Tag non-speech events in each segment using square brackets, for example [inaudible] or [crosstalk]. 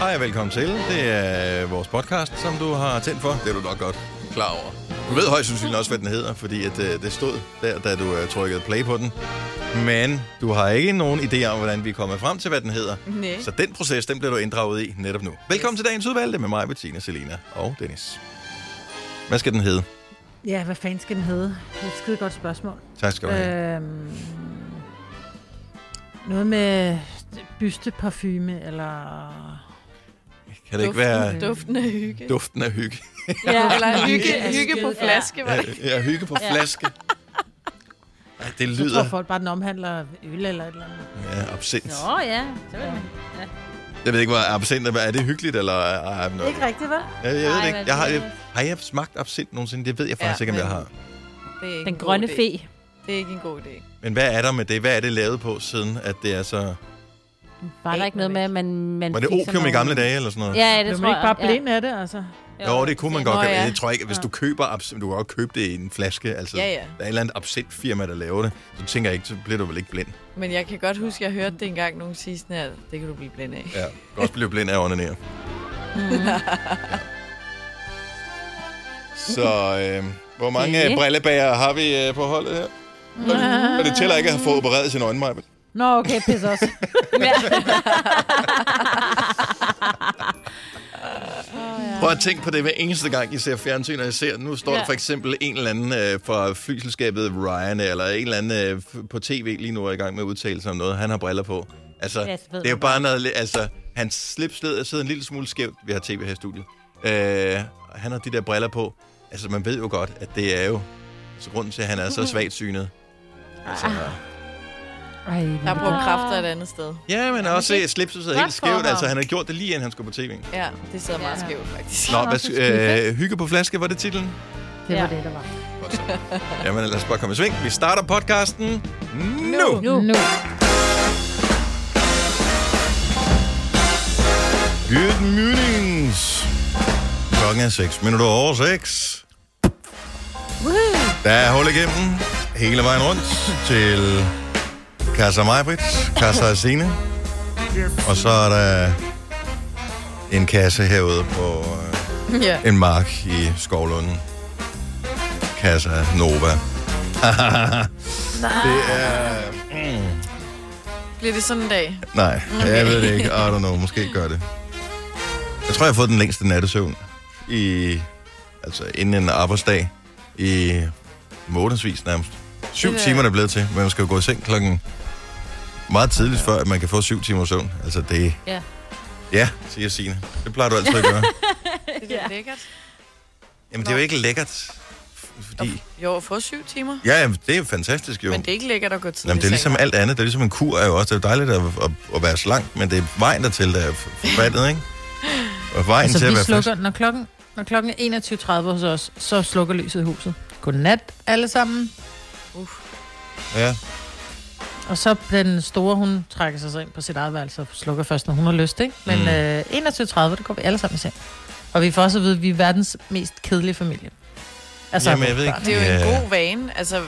Hej og velkommen til. Det er vores podcast, som du har tændt for. Det er du nok godt klar over. Du ved højst sandsynligt også, hvad den hedder, fordi at, øh, det stod der, da du øh, trykkede play på den. Men du har ikke nogen idé om, hvordan vi er kommet frem til, hvad den hedder. Mm-hmm. Næ. Så den proces, den bliver du inddraget i netop nu. Velkommen til dagens udvalgte med mig, Bettina, Selina og Dennis. Hvad skal den hedde? Ja, hvad fanden skal den hedde? Det er et skide godt spørgsmål. Tak skal du have. Øhm, noget med bysteparfume, eller... kan det ikke være Duften af hygge. duften af hygge? [laughs] [laughs] Ja, eller Hygge hygge, af hygge på skid. flaske, var Ja, det? ja hygge på [laughs] flaske. Ej, det Så tror lyder folk bare, den omhandler øl eller et eller andet. ja, absint. Nå ja, så vil man. Jeg ved ikke, hvad absint er. Er det hyggeligt, eller... Ej, men- Ikke rigtigt, vel? Jeg, jeg ved det Nej, ikke. hvad Jeg har, ved jeg, har jeg smagt absint nogensinde? Det ved jeg Ja, faktisk ja, ikke, om jeg men- har. det er ikke Den en god grønne idé. fe. Det er ikke en god idé. Men hvad er der med det? Hvad er det lavet på, siden at det er så... Var der ikke noget med, at man, man Var det fik sådan opium i nogle- gamle dage, eller sådan noget? Ja, ja, Det det er tror man jeg. ikke bare ja. blind af det, altså. Jo, det kunne man Ja. godt. Nå, gøre. ja. Jeg tror ikke, hvis du køber absint... Du kan godt købe det i en flaske, altså. Ja, ja. Der er et eller andet absintfirma, der laver det. Så tænker jeg ikke, så bliver du vel ikke blind. Men jeg kan godt huske, at jeg hørte det engang nogen sige sådan her, det kan du blive blind af. [laughs] Ja, du kan også blive blind af at onanere. Så øh, hvor mange Okay. okay. brillebager har vi øh, på holdet her? Og det tæller ikke at have fået opereret sin øjenmejbel. Nå, okay, pis [laughs] også. Prøv at tænke på det hver eneste gang, I ser fjernsyn, og jeg ser, nu står ja. der Ja. for eksempel en eller anden øh, fra flyselskabet Ryan, eller en eller anden øh, f- på tv lige nu er i gang med at udtale sig om noget. Han har briller på. Altså, Ja, ja, så ved det er jo man bare noget... lidt- Altså, hans slipsled sidder en lille smule skævt. Vi har tv her i studiet. Øh, han har de der briller på. Altså, man ved jo godt, at det er jo... Så grunden til, at han er så svagt synet. Altså, Ej, Jeg har brugt kræfter et andet sted. ja, men også øh, slipset sidder helt Godt for skævt. ham. Altså, han har gjort det lige inden han skulle på tv. Ja, det sidder meget Ja. skævt, faktisk. Nå, Nå, [laughs] så skal vi hvad, øh, hygge på flaske, var det titlen? Det var Ja. det, der var. Godt så. Jamen, lad os bare komme i sving. Vi starter podcasten nu. Nu. Nu. Nu. Good mornings. Klokken er 6 minutter over 6. Der er hul igennem hele vejen rundt til Casa Majbrits, Casa Asine. Og så er der en kasse herude på øh, Ja. en mark i Skovlunden. Casa Nova. [laughs] det er... Mm. Bliver det sådan en dag? Nej, okay. jeg ved det ikke. I don't know. Måske gør det. Jeg tror, jeg har fået den længste nattesøvn i... Altså, inden en arbejdsdag i månedsvis nærmest. Syv Det er- timer er det blevet til, men man skal jo gå i seng klokken meget tidligt, før at man kan få syv timer søvn. Altså, det... Ja. Ja, siger Signe. Det plejer du altid at [laughs] gøre. Det er ja. lækkert. Jamen, det er jo ikke lækkert, fordi... Jo, at få syv timer. Ja, jamen, det er jo fantastisk, jo. Men det er ikke lækkert at gå tidligt Jamen, det er i ligesom seng. alt andet. Det er ligesom en kur er jo også. Det er jo dejligt at, at, at være slank, men det er vejen dertil, der er [laughs] forbandet, ikke? Og vejen Altså, til at vi være fast. slukker, når klokken, når klokken er 21.30 hos os, så slukker lyset i huset. Godnat, alle sammen. Ja. Og så den store, hun trækker sig så ind på sit eget værelse og slukker først, når hun har lyst, ikke? Men Mm. mm. øh, 21.30, der går vi alle sammen i seng. Og vi får også at vide, at vi er verdens mest kedelige familie. Altså, Jamen, jeg ved børn. ikke. Det er jo en Ja. god vane. Altså,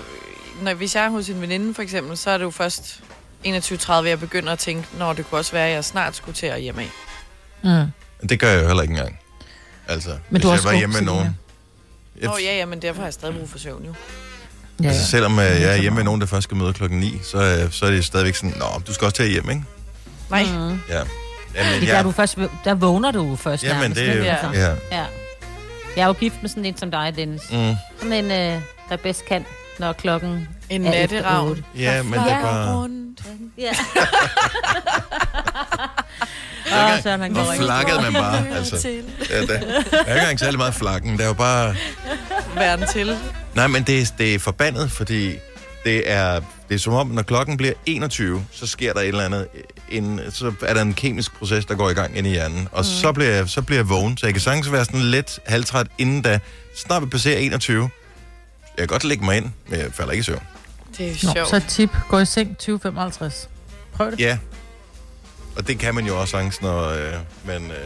når, hvis jeg er hos en veninde, for eksempel, så er det jo først 21.30, jeg begynder at tænke, når det kunne også være, at jeg snart skulle til at hjem af. Mm. Det gør jeg jo heller ikke engang. Altså, Men hvis du er jeg også var god, hjemme med Selina. nogen. Jeg, Nå ja, ja, men derfor har jeg stadig brug for søvn, jo. Ja, altså, ja. selvom øh, jeg er hjemme så med meget. nogen, der først skal møde klokken 9, så, øh, så er det stadigvæk sådan, Nå, du skal også til at hjem, ikke? Nej, Mm. Ja. Jamen, Det ja. gør du først, der vågner du jo først Jamen, nærmest, det er jo... ikke? Ja. Altså, Ja. ja. Jeg er jo gift med sådan en som dig, Dennis. Mm. Sådan en, øh, der bedst kan, når klokken en er efter natteravn. otte. ja, men det er bare... Rundt. Ja. gang- Åh, så er man Hvor går ikke. flakkede man [laughs] bare, altså. Ja, der, der er jo ikke engang særlig meget flakken. Der er jo bare... Verden til. Nej, men det, er- det er forbandet, fordi det er, det er som om, når klokken bliver 21, så sker der et eller andet. øh, En, så er der en kemisk proces, der går i gang inde i hjernen. Og mm. så, bliver jeg, så bliver jeg vågen, så jeg kan sagtens være sådan lidt halvtræt inden da. Snart vi passerer 21. Jeg kan godt lægge mig ind, men jeg falder ikke i søvn. Det er jo Nå, sjovt. så et tip. Gå i seng 20.55. Prøv det. Ja. Og det kan man jo også sagtens, når øh, man... Øh,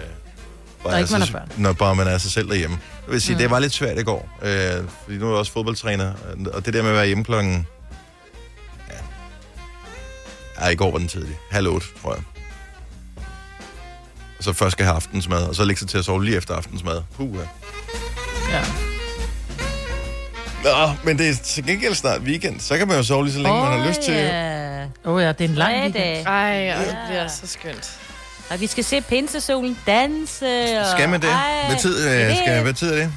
bare Når ikke man sig- er børn. Når bare man er sig selv derhjemme. Jeg vil sige, mm. det var lidt svært i går, øh, fordi nu er jeg også fodboldtræner, øh, og det der med at være hjemme klokken... Ja. Ej, i går var den tidlig. Halv otte, tror jeg. og så først skal have aftensmad, og så lægge sig til at sove lige efter aftensmad. Puh, ja. Ja. Nå, men det er til gengæld snart weekend, så kan man jo sove lige så længe, oh, man har lyst til. jo. Ja. Åh oh, ja, det er en lang Tre weekend. dage. Ej, og det bliver så skønt. Og vi skal se pinsesolen danse. Og... Skal man det? Ej, Hvad tid, øh, det- skal, hvad tid er det?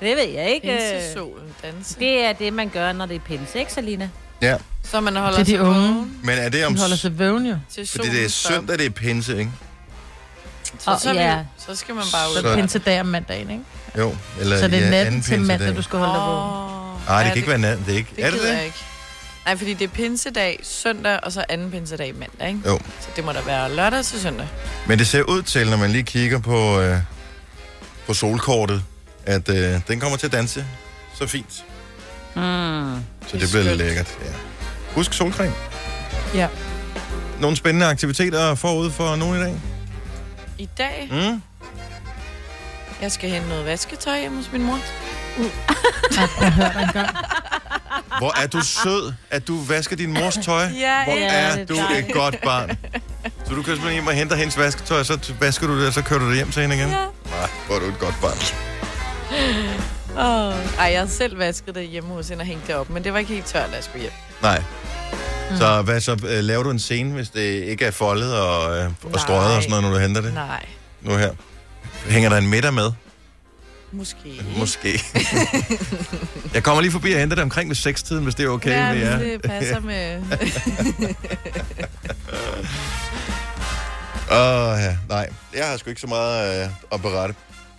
Det ved jeg ikke. øh. Pinsesolen danse. Det. Det er det, man gør, når det er pinse, ikke Salina? Ja, Så man holder Det er de sig unge. vågen men er det om... Den holder sig vågen jo. Fordi Til solen det er står op. søndag, det er pinse, ikke? Så, så, Åh, vi- ja. så skal man bare ud. Så Så- pind til dag om mandagen, ikke? Jo, eller Så det ja, er natten anden til mandag, pinsedag. du skal holde dig vågen. Åh, Nej, det ja, kan ikke være natten, det er ikke. Det er det gider jeg det? ikke. Nej, fordi det er pinsedag søndag, og så anden pinsedag mandag, ikke? Jo. Så det må da være lørdag til søndag. Men det ser ud til, når man lige kigger på, øh, på solkortet, at øh, den kommer til at danse så fint. Mm. Så det Det er bliver skønt. lækkert, ja. Husk solcreme. Ja. Nogle spændende aktiviteter forud for nogen i dag? I dag, Mm? jeg skal hente noget vasketøj hjemme hos min mor. Hvor er du sød, at du vasker din mors tøj? Ja, Hvor ja, er det du er et dejligt. godt [laughs] barn. Så du kører simpelthen hjem og henter hendes vasketøj, og så t- vasker du det, og så kører du det hjem til hende igen? Ja. Nej, hvor er du et godt barn. Oh. Ej, jeg har selv vasket det hjemme hos hende og hængt det op, men det var ikke helt tørt, da jeg skulle hjem. Nej. Mm. Så hvad så? øh, Laver du en scene, hvis det ikke er foldet og, øh, og strøget og sådan noget, når du henter det? Nej, Nu her. Hænger der en middag med? måske Måske. jeg kommer lige forbi og henter det omkring ved sekstiden, hvis det er okay ja, med jer. men det passer med... [laughs] Åh, ja. Nej, jeg har sgu ikke så meget øh, at berette.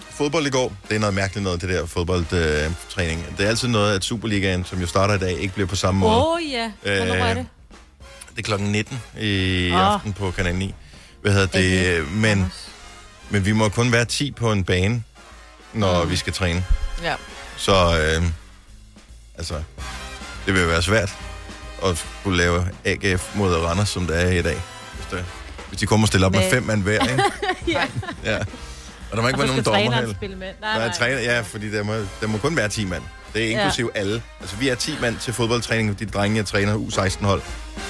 Fodbold i går, det er noget mærkeligt noget, det der fodboldtræning. Øh, træning. det er altid noget, at Superligaen, som jo starter i dag, ikke bliver på samme måde. Åh oh, ja, hvornår Øh, er det? Det er klokken 19 i Ah. Åh. oh. aften på Kanal 9. Hvad hedder det? Okay. Øh, Men, men vi må kun være 10 på en bane, når mm. Ah. vi skal træne. ja. Så øh, altså, det vil være svært at skulle lave AGF mod Randers, som det er i dag. Hvis, det, hvis de kommer og stiller op med Med- fem mand hver, [laughs] ikke? ja. Og der må ikke være nogen dommer heller. spille med. Nej, Nej, nej. nej. Træner, ja, fordi der må, der må kun være 10 mand. Det er Ja. inklusiv ja. alle. Altså, vi er 10 mand til fodboldtræning, de drenge, jeg træner U16-hold.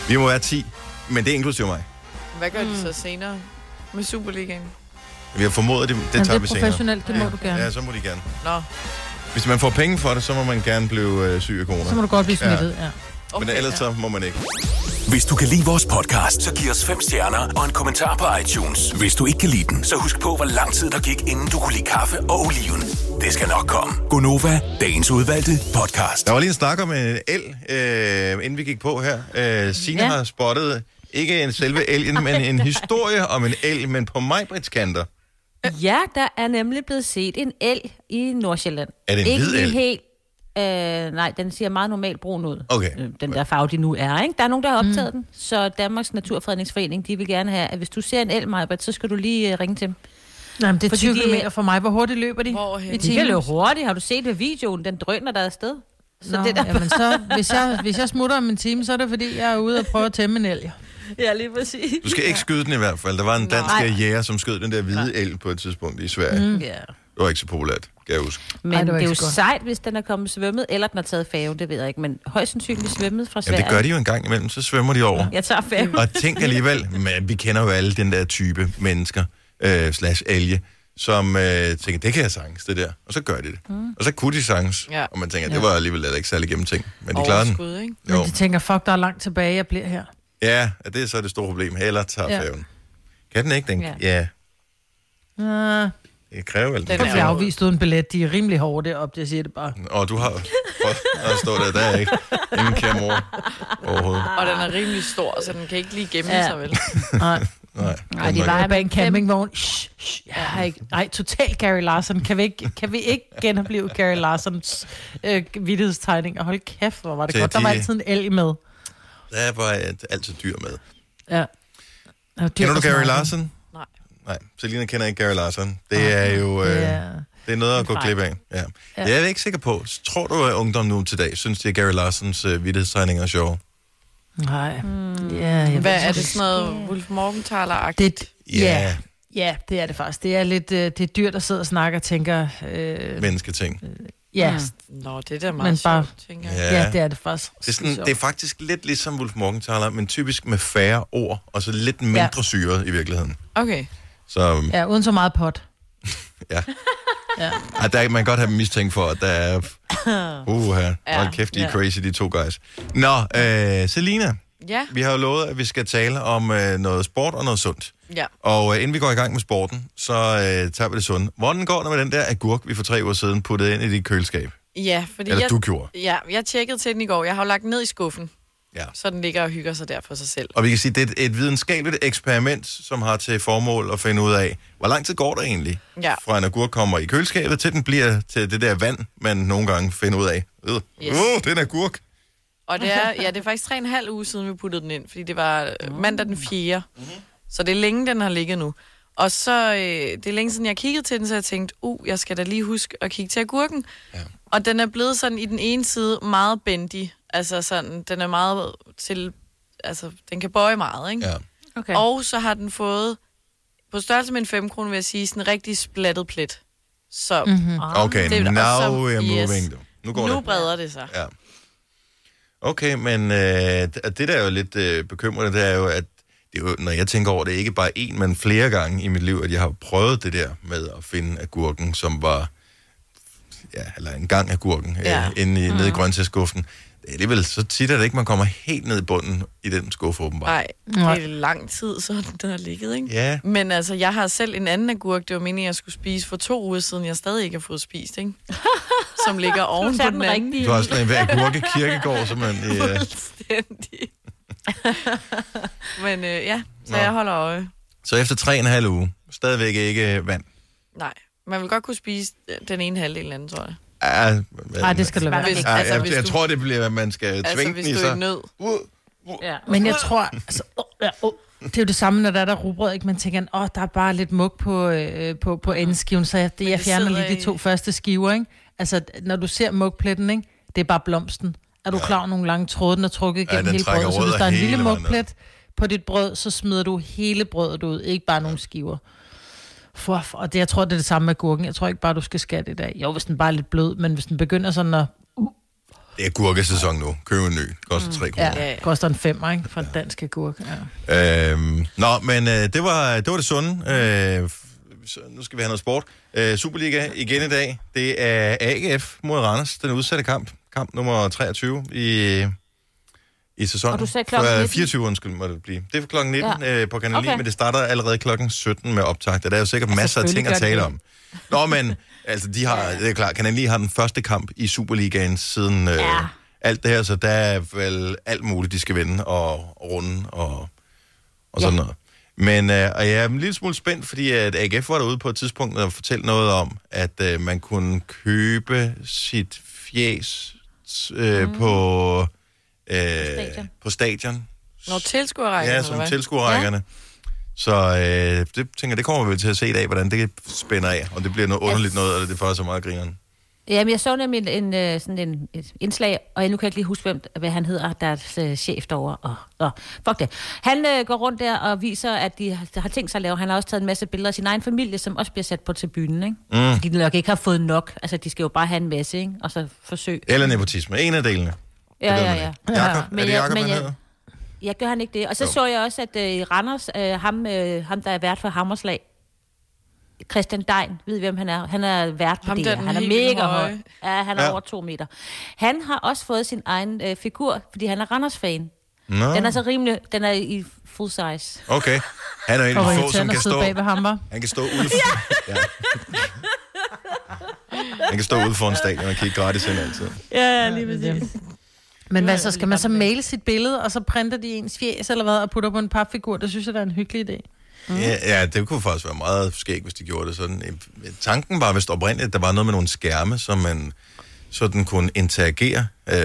Vi må være 10, men det er inklusiv mig. Hvad gør de Mm. så senere med Superligaen? Vi har formodet, det, det Men det tager er vi senere. professionelt, det må du gerne. Ja, så må de gerne. Nå, Hvis man får penge for det, så må man gerne blive øh, syg af corona. Så må du godt blive Ja. smittet, ja. Men ellers så må man ikke. Hvis du kan lide vores podcast, så giv os fem stjerner og en kommentar på iTunes. Hvis du ikke kan lide den, så husk på, hvor lang tid der gik, inden du kunne lide kaffe og oliven. Det skal nok komme. Gonova, dagens udvalgte podcast. Der var lige en snak om en el, øh, inden vi gik på her. Øh, Signe ja. Ja. har spottet ikke en selve elgen, men en historie om en el, men på majbritskanter. Ja, der er nemlig blevet set en el i Nordsjælland. Er det en Ikke hvid lige elg? helt... Øh, nej, den ser meget normalt brun ud. Okay. Øh, Den der farve, de nu er, ikke? Der er nogen, der har optaget mm. den. Så Danmarks Naturfredningsforening, de vil gerne have, at hvis du ser en el, Majbert, så skal du lige øh, ringe til dem. Nej, men det er Fordi 20 de- km for mig. Hvor hurtigt løber de? Hvorhen? De I kan timen? løbe hurtigt. Har du set ved videoen? Den drøner der afsted. Så Nå, det der... jamen, så, hvis, jeg, hvis jeg smutter om en time, så er det fordi, jeg er ude og prøve at tæmme en elg. Ja, lige præcis. Du skal ikke skyde den i hvert fald. Der var en dansk Nej. jæger, som skød den der hvide el på et tidspunkt i Sverige. Mm. Ja. Det var ikke så populært, kan jeg huske. Men Ej, Ej, det det, var det er jo ikke så godt. sejt, hvis den er kommet svømmet, eller den har taget færgen, det ved jeg ikke, men højst sandsynligt svømmet fra Jamen, Sverige. det gør de jo en gang imellem, så svømmer de over. Ja. Jeg tager færgen. Og tænk alligevel, men vi kender jo alle den der type mennesker, øh, slash alge, som øh, tænker, det kan jeg sagtens, det der. Og så gør de det. Mm. Og så kunne de sagtens. Ja. Ja. Og man tænker, det var alligevel heller ikke særlig gennemtænkt. Men de klarer den. Overskud, ikke? Men Jo. de tænker, fuck, der er langt tilbage, jeg bliver her. Ja, og det er så det store problem. Heller tager ja. Ja. færgen. Kan den ikke, den? Ja. Ja. ja. Ah, Det kræver vel. Den jeg bliver jo- afvist uden billet. De er rimelig hårde deroppe, jeg siger det [laughs] bare. Og du har... Prøv at stå der, der er ikke ingen kære mor overhovedet. Og den er rimelig stor, så den kan ikke lige gemme ja. Ja. sig, vel? Nej, Nej, Nej, de den er- var- jeg er bag en campingvogn. Shh, shh, jeg har ikke... Nej, total Gary Larson. Kan vi ikke, kan vi ikke genopleve Gary Larsons øh, vidtighedstegning? Og hold kæft, hvor var det Det er godt. Der var de- altid en elg med. der er bare øh, altid dyr med. Ja. Kender du Gary Larson? Nej. Nej, Selina kender ikke Gary Larson. Det er jo... Øh, Ja. Det er noget at gå fejl. glip af. Ja. Ja. Jeg er ikke sikker på. Tror du, at ungdom nu til dag synes, det er Gary Larsons øh, vittighedstegninger er sjove? Nej. Ja, jeg Hvad ved sgu er ikke. det sådan noget Wolf Morgenthaler-agtigt? Det, ja. ja. Ja, det er det faktisk. Det er lidt øh, det er dyr, der sidder og snakker og tænker, øh, Mennesketing. ja, Mm. Nå, det er da Men meget bare- sjovt, tænker jeg. Ja. ja, det er det faktisk. Det er, sådan, det er faktisk lidt ligesom Wolf Morgenthaler, men typisk med færre ord, og så lidt mindre ja. syret i virkeligheden. Okay. Så Ja, uden så meget [laughs] pot. ja. Ja. Ej, der, er- man kan godt have dem mistænkt for, at der er... Uh, her. Hold kæft, de er ja. crazy, de to guys. Nå, øh, Selina, Ja, vi har jo lovet, at vi skal tale om øh, noget sport og noget sundt. ja. Og øh, inden vi går i gang med sporten, så øh, tager vi det sunde. Hvordan går det med den der agurk, vi for tre uger siden puttede ind i dit køleskab? Ja, fordi Eller jeg, du gjorde. ja, jeg tjekkede til den i går. Jeg har jo lagt den ned i skuffen, Ja. så den ligger og hygger sig der for sig selv. Og vi kan sige, det er et, et videnskabeligt eksperiment, som har til formål at finde ud af, hvor lang tid går der egentlig, Ja. fra en agurk kommer i køleskabet, til den bliver til det der vand, man nogle gange finder ud af. Øh, yes. Yes. uh, det er en agurk. Og det er, ja, det er faktisk tre og en halv uge siden, vi puttede den ind, fordi det var Mm. øh, mandag den 4. Mm-hmm. Så det er længe, den har ligget nu. Og så, øh, det er længe siden, jeg kiggede til den, så jeg tænkte, uh, jeg skal da lige huske at kigge til agurken. Ja. Og den er blevet sådan i den ene side meget bendig. Altså sådan, den er meget til, altså den kan bøje meget, ikke? Ja. Okay. Og Og så har den fået, på størrelse med en 5 kroner, vil jeg sige, sådan en rigtig splattet plet. Så mm-hmm. Okay, det er- og now så- we're yes. moving. Yes. Nu går nu det. breder det sig. Ja. Okay, men øh, det det, der er jo lidt øh, bekymrende, det er jo, at det er jo, når jeg tænker over det, ikke bare én, men flere gange i mit liv, at jeg har prøvet det der med at finde agurken, som var, ja, eller en gang agurken, ja. Ja. øh, inde i, nede i grøntsagsskuffen. Det er alligevel så tit, er det ikke, man kommer helt ned i bunden i den skuffe, åbenbart. Nej, det er lang tid, så den har ligget, ikke? Ja. Men altså, jeg har selv en anden agurk, det var meningen, jeg skulle spise for to uger siden, jeg stadig ikke har fået spist, ikke? Som ligger oven på tager den den anden. rigtige. Du har sådan en [laughs] agurke-kirkegård, som man... Øh, Fuldstændig. Men øh, ja, så Nå. Nå. jeg holder øje. så efter tre og en halv uge, stadigvæk ikke øh, vand. Nej, man vil godt kunne spise øh, den ene halvdel eller anden, tror jeg. Nej, Nej, det skal du lade være. Hvis- Ej, altså, Ah, jeg, hvis jeg du- tror, det bliver, at man skal Altså, tvinge hvis den i du er i sig. nød. Uh, uh. ja. Men jeg tror, altså, åh, ja, åh. det er jo det samme, når der er der rugbrød, ikke? Man tænker, åh, der er bare lidt mug på, øh, på, på endeskiven, så jeg, det, jeg det fjerner sidder lige de i- to første skiver, ikke? Altså, når du ser mugpletten, ikke? Det er bare blomsten. Er du klar over nogle lange tråde, den er trukket igennem den hele trækker brødet? Så hvis rødder der er en hele lille vejen ned. mugplet på dit brød, så smider du hele brødet ud, ikke bare nogle skiver. For, og det, jeg tror, det er det samme med gurken. Jeg tror ikke bare, du skal skære det i dag. Jo, hvis den bare er lidt blød, men hvis den begynder sådan at... Det er gurkesæson nu. Køb en ny. Mm. Koster 3 kroner. Ja, koster en femmer, ikke? For en dansk agurk. Ja. Øhm, nå, men øh, det, var, det var det sunde. Øh, f- så nu skal vi have noget sport. Øh, Superliga igen i dag. Det er AGF mod Randers. Den udsatte kamp. Kamp nummer 23 i, i sæsonen. Og du sagde klokken Øh, 19. 24, undskyld, må det blive. Det er for klokken 19 ja. Ja. øh, på Kanal 9, okay. Okay. men det starter allerede klokken 17 med optakt. Og der er jo sikkert masser af ting at selvfølgelig tale gør om. Nå, men altså, de har, det er klart, Kanal 9 har den første kamp i Superligaen siden øh, ja. Ja. alt det her, så der er vel alt muligt, de skal vinde og runde og og sådan ja. noget. Men øh, og jeg er en lille smule spændt, fordi at AGF var derude på et tidspunkt og fortalte noget om, at øh, man kunne købe sit fjes øh, mm. på, øh, stadion. på stadion. Når tilskuerrækken, Ja, som tilskuerrækkerne. Ja. Så øh, det tænker jeg, det kommer vi vel til at se i dag, hvordan det spænder af. Om det bliver noget underligt noget, eller det får så meget grineren. Jamen, jeg så nemlig en, en, øh, sådan en, et indslag, og nu kan jeg ikke lige huske, hvem, hvad han hedder, deres øh, chef derovre. Og, og, fuck det. Han øh, går rundt der og viser, at de har, har tænkt sig at lave. Han har også taget en masse billeder af sin egen familie, som også bliver sat på tribunen, ikke? Mm. Fordi de nok ikke har fået nok. Altså, de skal jo bare have en masse, ikke? Og så forsøg. Eller nepotisme. En af delene. Ja, ved ja, man ja. ikke. Jakob, Men er det jeg- Jakob, men han jeg- hedder? Ja, gør han ikke det? Og så Jo. jo. så jeg også, at øh, i Randers, øh, ham, øh, ham, der er vært for Hammerslag, Christian Dein, ved I, hvem han er? Han er vært på Ham, det der her. er den Han er helt vildt mega høj. høje. Ja, han er Ja. ja. over to meter. Han har også fået sin egen øh, figur, fordi han er Randers-fan. Nå, Den er så rimelig, den er i full size. okay. Han er en af Og de få, som irriterende kan at sidde stå... bag ved ham, var. Han kan stå ude for... ja. Han kan stå ude foran stadion og kigge gratis ind altid. Ja, lige Men hvad så? Skal man så male sit billede, og så printer de ens fjes eller hvad, og putter på en papfigur? Det synes jeg, der er en hyggelig idé. Ja, ja, det kunne faktisk være meget skægt, hvis de gjorde det sådan. Eh, Tanken var vist oprindeligt, at der var noget med nogle skærme, som man sådan kunne interagere. Øh,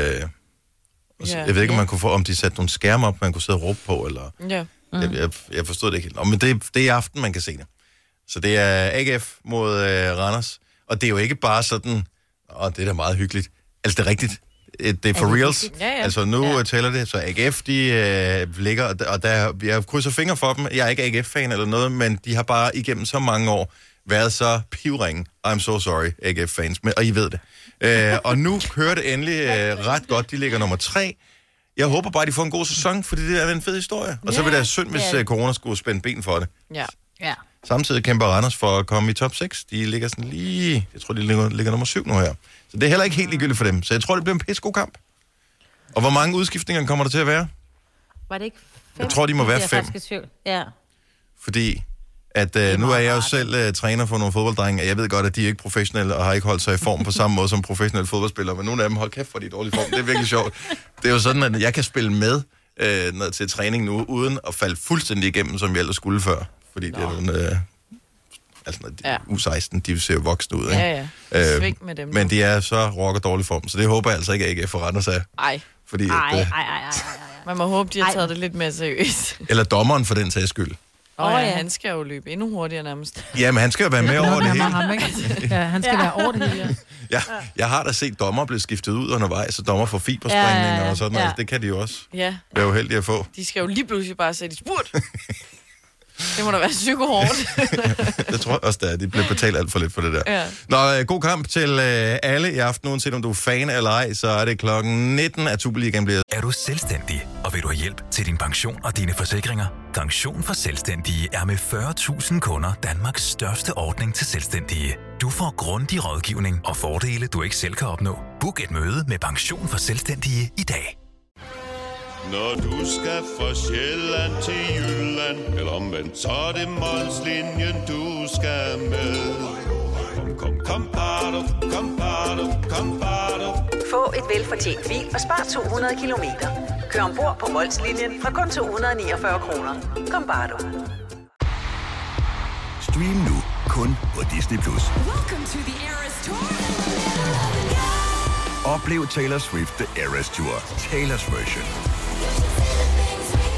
og så- Ja. jeg ved ikke, om man kunne få, om de satte nogle skærme op, man kunne sidde og råbe på, eller... Ja. Mm. Jeg, jeg, jeg forstod det ikke helt. Nå, men det, det er i aften, man kan se det. Så det er AGF mod øh, Randers. Og det er jo ikke bare sådan, åh, det er da meget hyggeligt. Altså, det er rigtigt. Øh, Det er for reals. Ja, ja. Altså, nu ja. tæller det. Så AGF, de øh, ligger, og der- og der, jeg krydser fingre for dem. Jeg er ikke AGF-fan eller noget, men de har bare igennem så mange år været så pivringe. I'm so sorry, AGF-fans, men, og I ved det. Øh, og nu kører det endelig øh, ret godt. De ligger nummer tre. Jeg håber bare, de får en god sæson, fordi det er en fed historie. Og så Ja, vil det være synd, hvis det er øh, det. corona skulle spænde ben for det. ja. Ja. Samtidig kæmper Randers for at komme i top 6. De ligger sådan lige... Jeg tror, de ligger, ligger nummer 7 nu her. Så det er heller ikke helt ligegyldigt for dem. Så jeg tror, det bliver en pissegod kamp. Og hvor mange udskiftninger kommer der til at være? Var det ikke fem? Jeg tror, de må være Det er fem. faktisk i tvivl. Ja. Fordi at øh, nu er jeg jo selv øh, træner for nogle fodbolddrenge, og jeg ved godt, at de er ikke professionelle og har ikke holdt sig i form på samme måde som professionelle fodboldspillere, men nogle af dem, hold kæft, for de er i dårlig form. Det er virkelig sjovt. Det er jo sådan, at jeg kan spille med øh, når- til træning nu, uden at falde fuldstændig igennem, som jeg ellers skulle før. Fordi det er nogle... Øh, altså, når de, Ja. U16, de ser jo voksne ud, ikke? Øh, Øhm, Ja, ja. Svig med dem. men de er så rock og dårlig form, så det håber jeg altså ikke, at AGF forretter sig. Ej, Fordi, at, Ej, ej, øh, ej, ej, ej. man må håbe, de har Ej. taget det lidt mere seriøst. eller dommeren for den sags skyld. Åh oh, Åh, ja, ja. han skal jo løbe endnu hurtigere nærmest. Jamen, han skal jo være med over det Han hele. var [laughs] ham, ikke? Ja, han skal være over det hele. Ja, jeg har da set dommer blive skiftet ud undervejs, så dommer får fibersprængninger ja, ja, ja. og sådan noget. Ja. Altså, det kan de jo også Ja, være uheldige at få. [laughs] de skal jo lige pludselig bare sætte i spurt. Det må da være psykohårdt. Jeg tror også, at de bliver betalt alt for lidt for det der. Ja. Nå, øh, god kamp til øh, alle i aften, uanset om du er fan eller ej, så er det klokken 19, at Superligaen bliver Er du selvstændig, og vil du have hjælp til din pension og dine forsikringer? Pension for Selvstændige er med 40.000 kunder Danmarks største ordning til selvstændige. Du får grundig rådgivning og fordele, du ikke selv kan opnå. Book et møde med Pension for Selvstændige i dag. Når du skal fra Sjælland til Jylland Eller omvendt, så er det Molslinjen, du skal med Kom, kom, kom, bado, kom, bado, kom, bado. Få et velfortjent bil og spar 200 kilometer. Kør ombord på Molslinjen fra kun 249 kroner. Kom bare du. Stream nu kun på Disney+. Plus. Oplev Taylor Swift The Eras Tour, Taylor's version.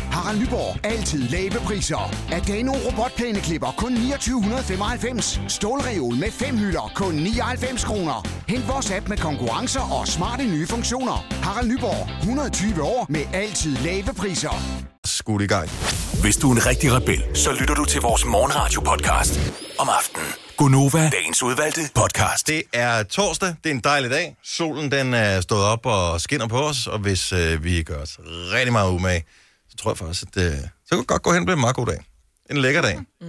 Harald Nyborg. Altid lave priser. Adano robotplæneklipper kun 2995. Stålreol med fem hylder kun 99 kroner. Hent vores app med konkurrencer og smarte nye funktioner. Harald Nyborg. 120 år med altid lave priser. skudt i gang. Hvis du er en rigtig rebel, så lytter du til vores morgenradio-podcast om aftenen. Gonova, dagens udvalgte podcast. Det er torsdag, det er en dejlig dag. Solen den er stået op og skinner på os, og hvis øh, vi gør os rigtig meget umage, så tror jeg faktisk, at øh, så kunne det godt gå hen og blive en meget god dag. En lækker dag. Mm.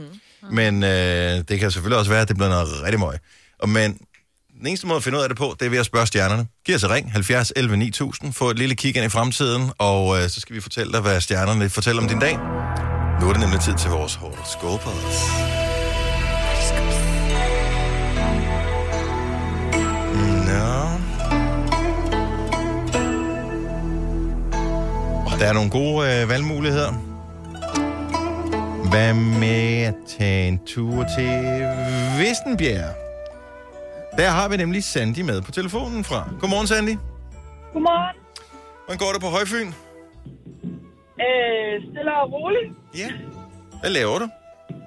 Men øh, det kan selvfølgelig også være, at det bliver noget rigtig møg. Og men den eneste måde at finde ud af det på, det er ved at spørge stjernerne. Giv os et ring, 70 11 9000, få et lille kig ind i fremtiden, og øh, så skal vi fortælle dig, hvad stjernerne fortæller om din dag. Nu er det nemlig tid til vores horoskoper. Nå. Og der er nogle gode øh, valgmuligheder. Hvad med at tage en tur til Vestenbjerg? Der har vi nemlig Sandy med på telefonen fra. Godmorgen, Sandy. Godmorgen. Hvordan går det på Højfyn? Øh, stille og roligt. Ja. Hvad laver du? Jeg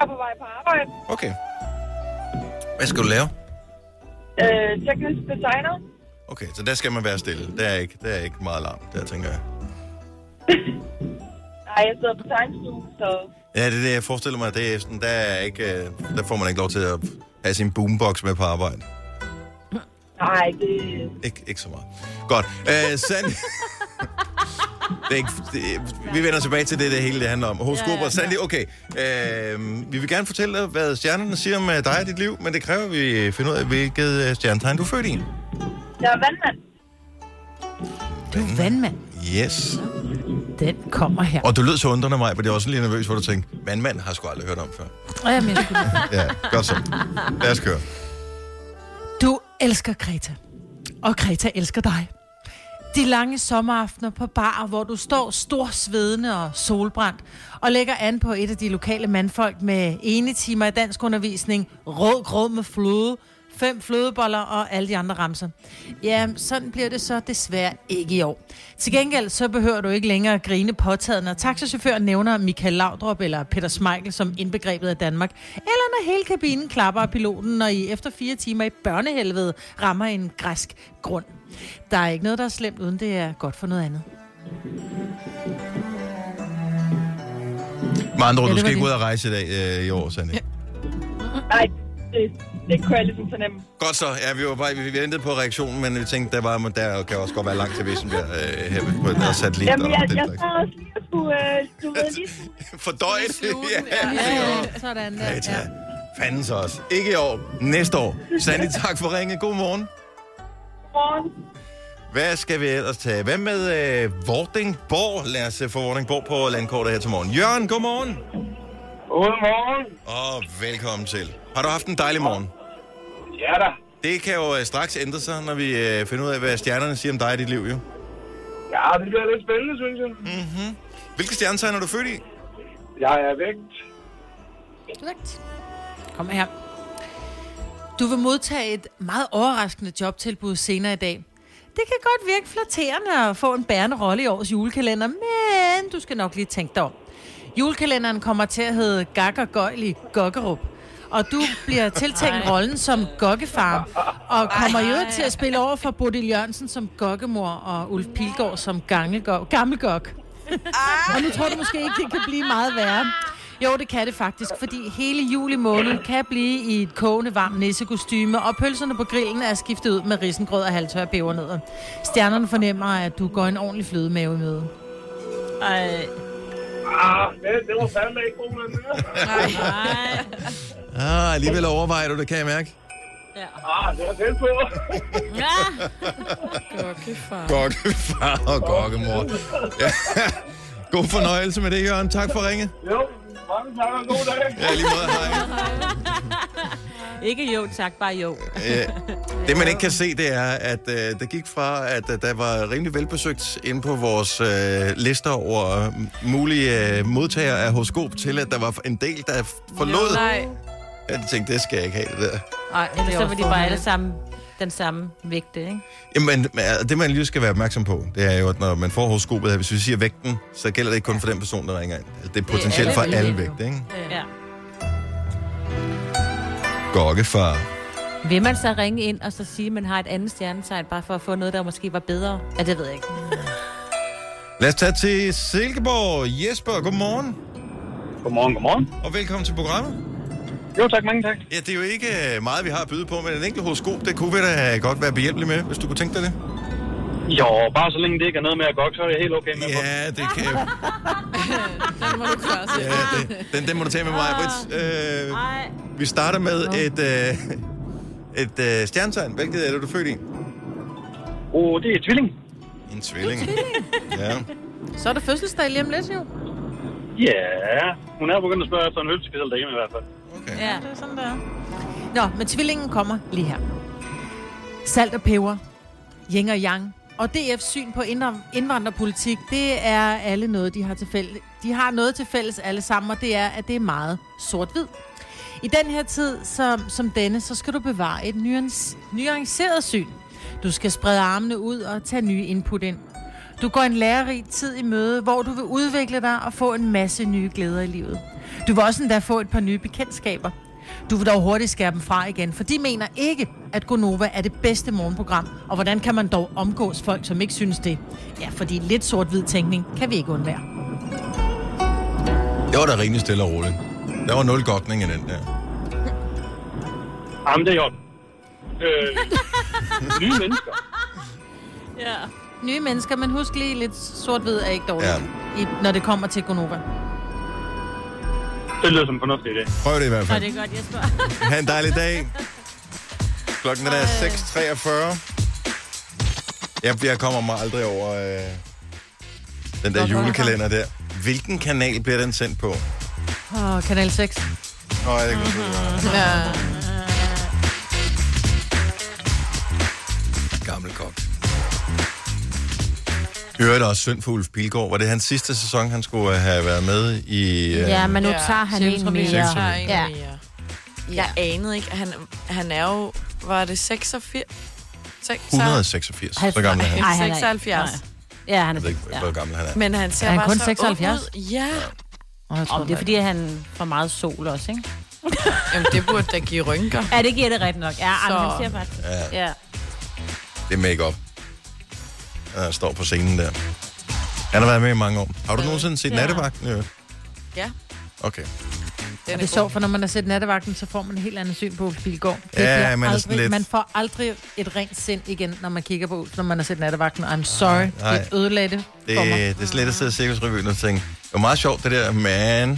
er på vej på arbejde. Okay. Hvad skal du lave? Øh, teknisk designer. Okay, så der skal man være stille. Der er ikke, der er ikke meget larm, der tænker jeg. Nej, jeg sidder på tegnestue, så... Ja, det er det, jeg forestiller mig. Det er sådan, der, er ikke, øh, der får man ikke lov til at have sin boombox med på arbejde. Nej, det... Ikke, ikke så meget. Godt. Øh, Sandy... [laughs] Det er ikke, det, vi vender tilbage til det, det hele det handler om. Horoskoper. Ja, ja, ja. Sandy, okay. Øh, vi vil gerne fortælle dig, hvad stjernerne siger om øh, dig og dit liv, men det kræver, at vi finder ud af, hvilket øh, stjernetegn du er født i. Jeg er vandmand. Du er vandmand. Yes. Den kommer her. Og du lød så undrende mig, for det er også lige nervøs, hvor du tænkte, vandmand har jeg sgu aldrig hørt om før. Og jeg mener, [laughs] Ja, godt så. Lad os køre. Du elsker Kreta, og Kreta elsker dig. De lange sommeraftener på bar, hvor du står storsvedende og solbrændt, og lægger an på et af de lokale mandfolk med ene timer i dansk undervisning, rød grød med fløde, fem flødeboller og alle de andre ramser. Ja, sådan bliver det så desværre ikke i år. Til gengæld så behøver du ikke længere at grine påtaget, når taxachaufføren nævner Michael Laudrup eller Peter Smeichel som indbegrebet af Danmark, eller når hele kabinen klapper af piloten, når I efter fire timer i børnehelvede rammer en græsk grund. Der er ikke noget, der er slemt, uden det er godt for noget andet. Med andre ord, Ja, det du var skal ikke det. ud og rejse i dag øh, i år, Sanne. Ja. Nej, det, det kunne jeg ligesom fornemme. Godt så. Ja, vi var bare, vi ventede på reaktionen, men vi tænkte, der, var, der kan også godt være langt til, hvis den bliver øh, her på en satellit. Jamen, og jeg, den jeg slags. sad også lige og skulle, øh, du ved, lige skulle... Fordøje det. [laughs] Ja, Sådan der. Greta. Fanden så også. Ikke i år. Næste år. Sandy, tak for ringet. God morgen. Godmorgen. Hvad skal vi ellers tage? Hvad med øh, Vordingborg? Lad os øh, få Vordingborg på landkortet her til morgen. Jørgen, godmorgen. Godmorgen. Og velkommen til. Har du haft en dejlig morgen? Ja da. Det kan jo øh, straks ændre sig, når vi øh, finder ud af, hvad stjernerne siger om dig i dit liv, jo. Ja, det bliver lidt spændende, synes jeg. Mm-hmm. Hvilke stjernetegn er du født i? Jeg er vægt. Perfekt. Kom her. Du vil modtage et meget overraskende jobtilbud senere i dag. Det kan godt virke flatterende at få en bærende rolle i årets julekalender, men du skal nok lige tænke dig om. Julekalenderen kommer til at hedde Gak og Gøjl i Gokkerup. Og du bliver tiltænkt rollen som gokkefar, og kommer jo til at spille over for Bodil Jørgensen som gokkemor, og Ulf Pilgaard som gangelgok- gammelgok. Og nu tror du måske ikke, det kan blive meget værre. Jo, det kan det faktisk, fordi hele juli måned kan blive i et kogende varmt nissekostyme, og pølserne på grillen er skiftet ud med risengrød og halvtør pebernødder. Stjernerne fornemmer, at du går en ordentlig flødemave i møde. Ej. Ah, det, det var fandme ikke god, men... Nej. Ah, alligevel overvejer du det, kan jeg mærke. Ja. Ah, det var tæt på. ja. Gokkefar. Gokkefar og gokkemor. Ja. God fornøjelse med det, Jørgen. Tak for ringet. Jo, mange tak og god dag. Ja, lige [laughs] måde. Hej. [laughs] Ikke jo, tak. Bare jo. Ja. Øh, Det, man ikke kan se, det er, at øh, der gik fra, at øh, der var rimelig velbesøgt inde på vores øh, lister over øh, mulige øh, modtagere af horoskop, til at der var en del, der forlod. Nej. Jeg tænkte, det skal jeg ikke have, det der. Nej, ellers Det så var var de bare for- alle sammen den samme vægte, ikke? Jamen, øh, det man lige skal være opmærksom på, det er jo, at når man får horoskopet her, hvis vi siger vægten, så gælder det ikke kun for den person, der ringer ind. Altså, Det er potentielt for alle vægte, ikke? Ja. Gokkefar. Vil man så ringe ind og så sige, at man har et andet stjernetegn, bare for at få noget, der måske var bedre? Ja, det ved jeg ikke. Lad os tage til Silkeborg. Jesper, godmorgen. Godmorgen, godmorgen. Og velkommen til programmet. Jo, tak, mange tak. Ja, det er jo ikke øh, meget, vi har at byde på, men en enkelt horoskop, det kunne vi da øh, godt være behjælpelig med, hvis du kunne tænke dig det. Jo, bare så længe det ikke er noget med at gå, så er jeg helt okay med Ja, det kan jeg. [laughs] Den må du klare selv. Ja, det, den, den må du tage med mig, Brits. Øh, vi starter med et, øh, et øh, stjernetegn. Hvilket er det, du er født i? Åh, oh, det er tvilling. En tvilling. Ja. Så er der fødselsdag lige om lidt, jo. Ja, hun er begyndt at spørge efter en hønsepizza derhjemme i hvert fald. Ja, det er sådan der. Nå, men tvillingen kommer lige her. Salt og peber, yin og yang, og DF's syn på indre- indvandrerpolitik, det er alle noget, de har til fælles. De har noget til fælles alle sammen, og det er, at det er meget sort-hvid. I den her tid som, som denne, så skal du bevare et nuance, nuanceret syn. Du skal sprede armene ud og tage nye input ind. Du går en lærerig tid i møde, hvor du vil udvikle dig og få en masse nye glæder i livet. Du vil også endda få et par nye bekendtskaber. Du vil dog hurtigt skære dem fra igen, for de mener ikke, at Gonova er det bedste morgenprogram. Og hvordan kan man dog omgås folk, som ikke synes det? Ja, fordi lidt sort-hvid tænkning kan vi ikke undvære. Det var da rimelig stille og roligt. Der var nul gotning i den der. Jamen, det er jo. Øh, nye mennesker. Ja. Nye mennesker, men husk lige, lidt sort-hvid er ikke dårligt, ja. i, når det kommer til Gonova. Det lyder som en fornuftig idé. Prøv det i hvert fald. er godt, Jesper. [laughs] Ha' en dejlig dag. Klokken den er 6.43. Jeg, jeg kommer mig aldrig over øh, den der julekalender der. Hvilken kanal bliver den sendt på? Og kanal 6. Nå, jeg kan øh, Ja. Gammel kok. Hørte også synd for Ulf Pilgaard. Var det hans sidste sæson, han skulle øh, have været med i... øh, Ja, men nu tager han en Cirkusrevyen mere. tager en Ja. mere. Jeg anede ikke, han, han er jo... Var det 86? 186. Så gammel er han. Nej, Jeg han er ikke. 76. Ja, han er ved ikke, hvor gammel han er. Men han ser Er han bare kun så 76? ung ud. Ja. Om det er, fordi han får meget sol også, ikke? Jamen, det burde da give rynker. Ja, det giver det rigtigt nok. Ja, Så- så... han ser faktisk. Ja. Ja. Det er make-up. Jeg står på scenen der. Han har været med i mange år. Har du nogensinde set Ja. Nattevagten? i øvrigt? Ja. Okay. Den er det er sjovt, for når man har set nattevagten, så får man et helt andet syn på Ulf Pilgaard. Det Ja, bliver man er sådan aldrig, lidt- man får aldrig et rent sind igen, når man kigger på Ulf, når man har set nattevagten. I'm sorry, nej. det ødelagde det for mig. Det, det er slet at sidde i cirkusrevyen og tænke, det var meget sjovt det der, men... Jeg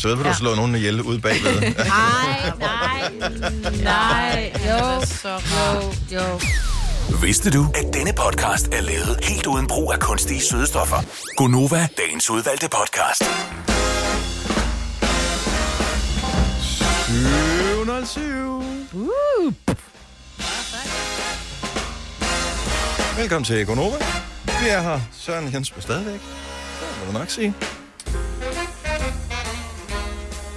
tror, at du ja. slår nogen ihjel ude bagved. Nej, nej, [laughs] nej, jo, jo, jo. Vidste du, at denne podcast er lavet helt uden brug af kunstige sødestoffer? Gonova, dagens udvalgte podcast. 707. Uh. Velkommen til Gonova. Vi er her. Søren Jensberg stadigvæk. Det må du nok sige.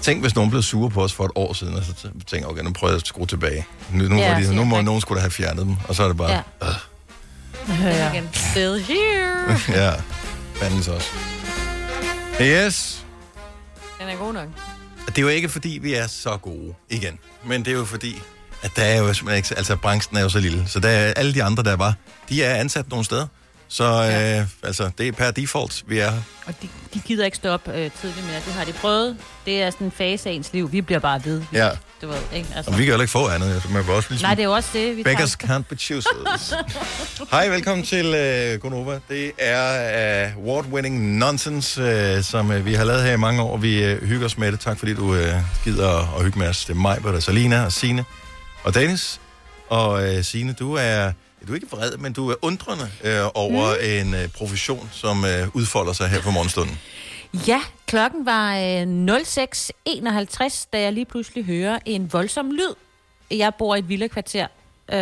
Tænk, hvis nogen blev sure på os for et år siden, og så tænker jeg, okay, nu prøver jeg at skrue tilbage. Nu, nu, Ja, ja, de, siger nu må jeg. nogen skulle da have fjernet dem, og så er det bare, Ja. ja, Ja. Still here. [laughs] ja fandens også. Yes. Den er god nok. Det er jo ikke, fordi vi er så gode igen. Men det er jo fordi, at der er jo simpelthen ikke... Altså, branchen er jo så lille. Så der er alle de andre, der var, de er ansat nogle steder. Så ja. øh, altså, det er per default, vi er her. Og de, de gider ikke stå op øh, tidligt mere. Det har de prøvet. Det er sådan en fase af ens liv. Vi bliver bare ved. Ja. Du ved, ikke? Altså. Og vi kan jo heller ikke få andet. Altså, man kan også ligesom... Nej, det er jo også det. Vi Beggars can't be choosers. [laughs] Hej, velkommen til øh, Gonova. Det er øh, award-winning nonsense, øh, som øh, vi har lavet her i mange år. Vi øh, hygger os med det. Tak fordi du øh, gider at, at hygge med os. Det er mig, Britta, Salina og Sine og Dennis. Og øh, Sine, du er, du er ikke vred, men du er undrende øh, over mm. en øh, profession, som øh, udfolder sig her på morgenstunden. Ja, klokken var øh, 06.51, da jeg lige pludselig hører en voldsom lyd. Jeg bor i et villakvarter. Øh,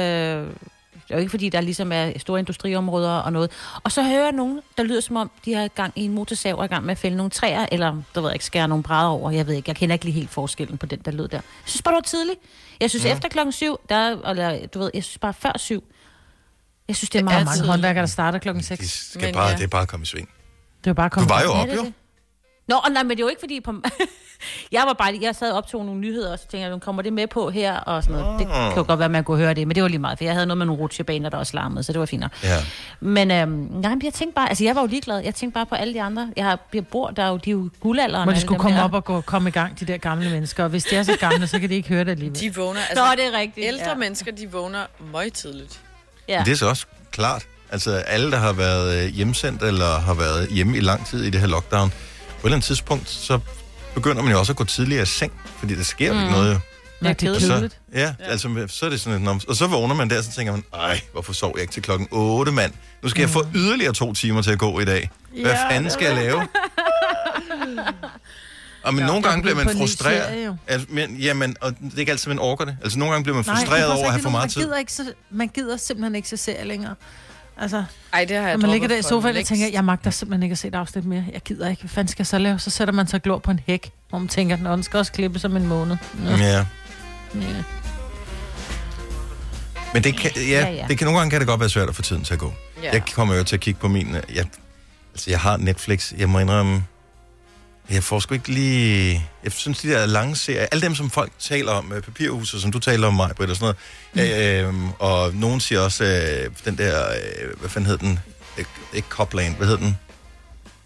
det er jo ikke fordi, der ligesom er store industriområder og noget. Og så hører jeg nogen, der lyder som om, de har gang i en motorsav og er i gang med at fælde nogle træer, eller der ved jeg ikke, skære nogle brædder over. Jeg ved ikke, jeg kender ikke lige helt forskellen på den, der lød der. Jeg synes bare, det var tidligt. Jeg synes, Ja. ja. efter klokken syv, der, eller du ved, jeg synes bare før syv, jeg synes, det er Der er meget, mange meget håndværkere, der starter klokken 6. Det Skal bare, ja. Det er bare at komme i sving. var Du bare kommet. var jo Ja, op, det er jo. det. Nå, og nej, men det er jo ikke fordi... På... [laughs] jeg var bare... Jeg sad og optog nogle nyheder, og så tænkte jeg, kommer det med på her? Og sådan Ah. noget. Det kan jo godt være, man kunne høre det, men det var lige meget, for jeg havde noget med nogle rutsjebaner, der også larmede, så det var fint nok. Ja. Men øhm, nej, men jeg tænkte bare... Altså, jeg var jo ligeglad. Jeg tænkte bare på alle de andre. Jeg, har, jeg bor der er jo... De er jo guldalderen. Må de alle skulle dem komme der. op og gå, komme i gang, de der gamle mennesker. Og hvis de er så gamle, så kan de altså- ikke høre det alligevel. De vågner. Nå, det er rigtigt, Altså, Ældre ja. mennesker, de vågner meget tidligt. Ja. Det er så også klart. Altså alle, der har været øh, hjemsendt eller har været hjemme i lang tid i det her lockdown, på et eller andet tidspunkt, så begynder man jo også at gå tidligere i seng, fordi der sker mm. Mm. ikke noget. jo. Det er Og så, kedeligt. ja, altså, så er det sådan, at, og så vågner man der, og så tænker man, ej, hvorfor sov jeg ikke til klokken 8, mand? Nu skal mm. jeg få yderligere to timer til at gå i dag. Hvad Ja. fanden skal jeg lave? Og men nogle gange bliver man på en ny serie, frustreret. jo. Altså, men, jamen, og det er ikke altid, man orker det. Altså, nogle gange bliver man Nej, det er frustreret faktisk over at have ikke for nogen- meget tid. Man gider, ikke så, man gider simpelthen ikke se serier længere. Altså, Ej, det har jeg når man ligger droppet der i for sofaen og længst. tænker, jeg magter simpelthen ikke at se et afsnit mere. Jeg gider ikke. Hvad fanden skal jeg så lave? Så sætter man sig glor på en hæk, hvor man tænker, "Nå, den skal også klippes om en måned. Nå. Ja. Ja. Men det kan, ja, Ja, ja, ja. ja. Det kan, nogle gange kan det godt være svært at få tiden til at gå. Ja. Ja. Jeg kommer jo til at kigge på min... øh, Jeg, altså, jeg har Netflix. Jeg må indrømme... Jeg får sgu ikke lige... Jeg synes, de der lange serier... Alle dem, som folk taler om, øh, papirhuset, som du taler om, mig, Britt, og sådan noget. Mm. Øh, og nogen siger også, øh, den der... Øh, hvad fanden hed den? Ikke, ikke Copland, hvad hed den?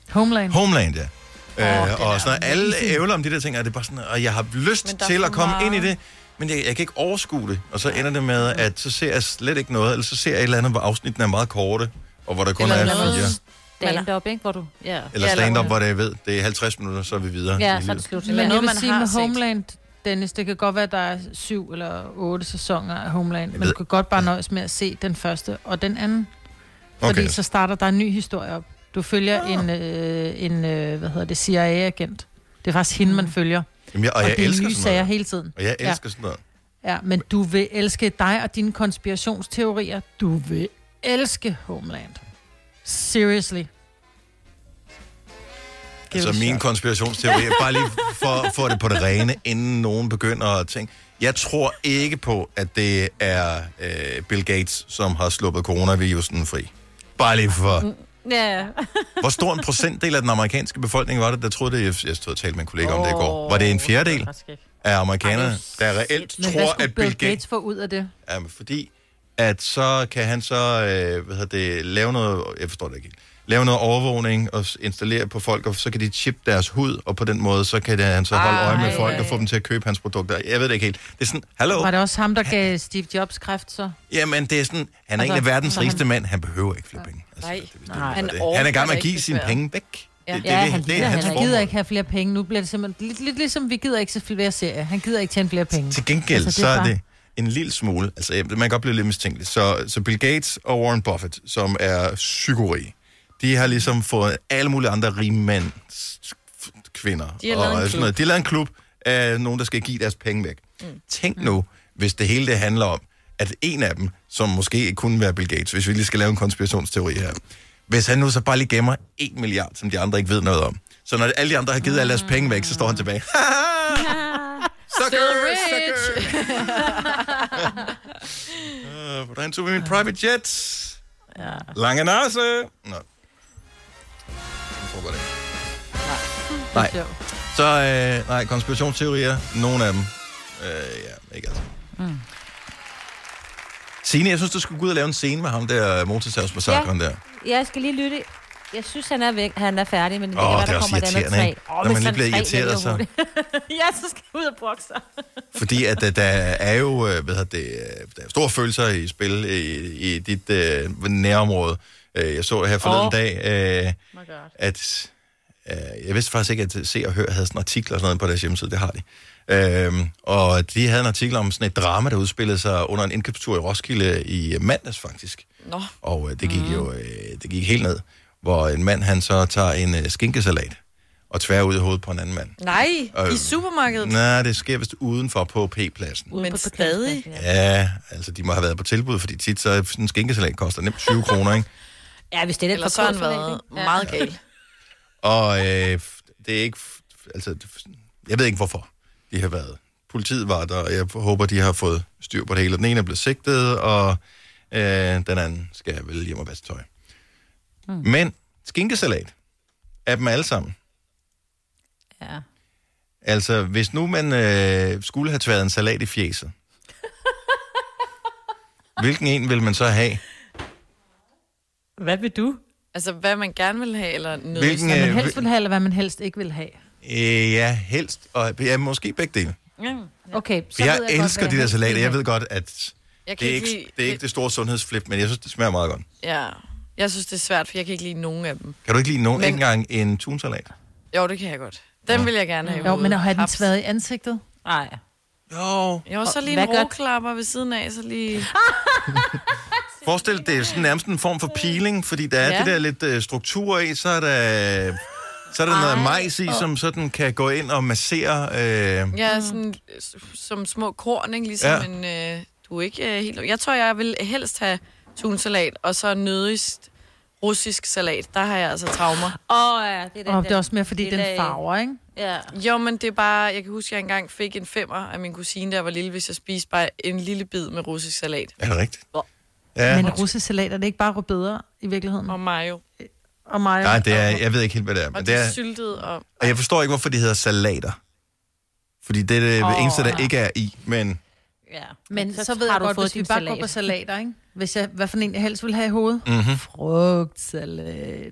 Homeland. Homeland, ja. Åh, Oh, den øh, og sådan noget. Alle ævler om de der ting, og det er bare sådan, og jeg har lyst Men der er til for at komme meget. ind i det, men jeg, jeg kan ikke overskue det. Og så ender det med, at så ser jeg slet ikke noget, eller så ser jeg et eller andet, hvor afsnittene er meget korte, og hvor der kun Eller er noget fire. Stand-up, ikke? Hvor du... Ja. Eller stand-up, hvor det jeg ved, det er 50 minutter, så er vi videre. Ja, i så er det livet. slut. Men jeg noget, vil man sige har med set. Homeland, Dennis, det kan godt være, at der er syv eller otte sæsoner af Homeland, men ved- du kan godt bare nøjes med at se den første og den anden. Fordi Okay. så starter der en ny historie op. Du følger en, øh, en øh, hvad hedder det, CIA-agent. Det er faktisk hende, Mm. man følger. Jamen, jeg, og, jeg det er elsker nye sådan sager noget. hele tiden. Og jeg elsker ja. sådan noget. Ja, men du vil elske dig og dine konspirationsteorier. Du vil elske Homeland. Seriously. Altså min konspirationsteori, bare lige for at få det på det rene, inden nogen begynder at tænke. Jeg tror ikke på, at det er øh, Bill Gates, som har sluppet coronavirusen fri. Bare lige for... Mm. Ja. Hvor stor en procentdel af den amerikanske befolkning var det, der troede det? Jeg- Jeg stod og talte med en kollega om det i går. Var det en fjerdedel af amerikanerne, der reelt Men hvad tror, skulle at Bill Bill Gates Gates... få ud af det? Jamen, fordi at så kan han så øh, hvad hedder det, lave noget, jeg forstår det ikke helt, lave noget overvågning og s- installere på folk, og så kan de chip deres hud, og på den måde, så kan det, han så holde øje med Ej. folk og få dem til at købe hans produkter. Jeg ved det ikke helt. Det er sådan, hallo? Var det også ham, der gav Steve Jobs kræft, så? Jamen, det er sådan, han er Altså, altså, en af verdens så rigeste han- mand, han behøver ikke flere penge. Nej, Nej. Han er i gang med at give sine penge væk. Ja, Det- det- ja det- han, det er gider, hans han formål. gider ikke have flere penge. Nu bliver det simpelthen lidt, lidt ligesom, vi gider ikke se flere serier. Han gider ikke tjene flere penge. Til gengæld, altså, så det er er bare- det en lille smule, altså jeg- man kan godt blive lidt mistænkelig. Så, så Bill Gates og Warren Buffett, som er psykorige, de har ligesom fået alle mulige andre rige mænd, s- f- kvinder De har lavet en klub. De har lavet en klub af nogen, der skal give deres penge væk. Mm. Tænk nu, hvis det hele det handler om, at en af dem, som måske kunne være Bill Gates, hvis vi lige skal lave en konspirationsteori her, hvis han nu så bare lige gemmer 1 milliard, som de andre ikke ved noget om. Så når alle de andre har givet alle deres penge væk, så står han [laughs] tilbage. [laughs] Sucker, [laughs] Øh, Hvordan tog vi min private jet? Ja. Lange nasse. Nå. Jeg tror bare det. Nej. sjovt. Så, øh, nej, konspirationsteorier. Nogle af dem. Øh, ja, ikke altså. Mm. Signe, jeg synes, du skulle gå ud og lave en scene med ham der, motorsavsmassakren ja. der. Jeg skal lige lytte. Jeg synes, han er væk. Han er færdig, men det, Åh, kan være, det er der også kommer et andet irriterende, træ. ikke? Åh, Når hvis man han lige bliver træ irriteret, vælger så- hurtigt. [laughs] ja, så skal jeg ud og brokke sig. Fordi at øh, der er jo øh, hvad hedder det, øh, der er store følelser i spil i, i dit øh, nærområde. Øh, Jeg så her forleden Åh. oh. dag, øh, at øh, jeg vidste faktisk ikke, at Se og Hør havde sådan artikler og sådan noget på deres hjemmeside. Det har de. Øhm, og de havde en artikel om sådan et drama, der udspillede sig under en indkøbstur i Roskilde i mandags faktisk. Nå. Og øh, det gik jo øh, det gik helt ned, hvor en mand han så tager en øh, skinkesalat og tvær ud i hovedet på en anden mand. Nej, Øh, i supermarkedet. Nej, det sker vist udenfor på P-pladsen. Men stadig. Ja, altså de må have været på tilbud, fordi tit så er sådan en skinkesalat koster nemt 20 kroner, ikke? Ja, hvis det er lidt Eller for så har han kort forventning. været meget gal. Og øh, f- det er ikke... f- Altså, det f- jeg ved ikke, hvorfor de har været. Politiet var der, og jeg håber, de har fået styr på det hele. Den ene er blevet sigtet, og øh, den anden skal vel hjem og vaske tøj. Mm. Men skinkesalat er dem alle sammen. Ja. Altså, hvis nu man øh, skulle have tværet en salat i fjeset, hvilken en vil man så have? Hvad vil du? Altså, hvad man gerne vil have, eller noget. Hvilken, Hvad øh, man helst vil have, eller hvad man helst ikke vil have. Øh, ja, helst. Og, ja, måske begge dele. Okay, så Så jeg, ved jeg jeg elsker godt, de hvad der jeg salater. helst Jeg vil ved godt, at Jeg kan det er, ikke ikke, lide- det er ikke det store sundhedsflip, men jeg synes, det smager meget godt. Ja. Jeg synes, det er svært, for jeg kan ikke lide nogen af dem. Kan du ikke lide nogen Men- men... engang en tunsalat? Jo, det kan jeg godt. Den vil jeg gerne have. i Jo, hovedet. men at have den Haps. tværet i ansigtet? Nej. Jo. Jo, så lige en roklapper ved siden af, så lige... Forestil dig, det er sådan nærmest en form for peeling, fordi der er Ja. ja. det der lidt øh, struktur i, så er der, så er der noget majs i, som sådan kan gå ind og massere. Øh, Ja, sådan, øh, s- som små korn, ikke? Ligesom ja. Ja. en... Øh, du er ikke øh, helt... Jeg tror, jeg vil helst have tunsalat, og så nødigst russisk salat. Der har jeg altså traumer. Åh, oh, ja, det er den Og det der- er også mere, fordi det er den der- farver, ikke? Ja. Jo, men det er bare... Jeg kan huske, at jeg engang fik en femmer af min kusine, der var lille, hvis jeg spiste bare en lille bid med russisk salat. Er det rigtigt? Ja. Ja. Men russisk salat, er det ikke bare rødbeder i virkeligheden? Og mayo. Og mayo. Nej, det er, jeg ved ikke helt, hvad det er. Men Og det er syltet og... og jeg forstår ikke, hvorfor de hedder salater. Fordi det er det Åh, oh, eneste, der ja. ikke er i, men... Ja. Men så, Så så ved har jeg du godt, fået hvis vi din bare salat. går på [laughs] salater, ikke? Hvis jeg, hvad for en jeg helst vil have i hovedet? Mm-hmm. Frugtsalat.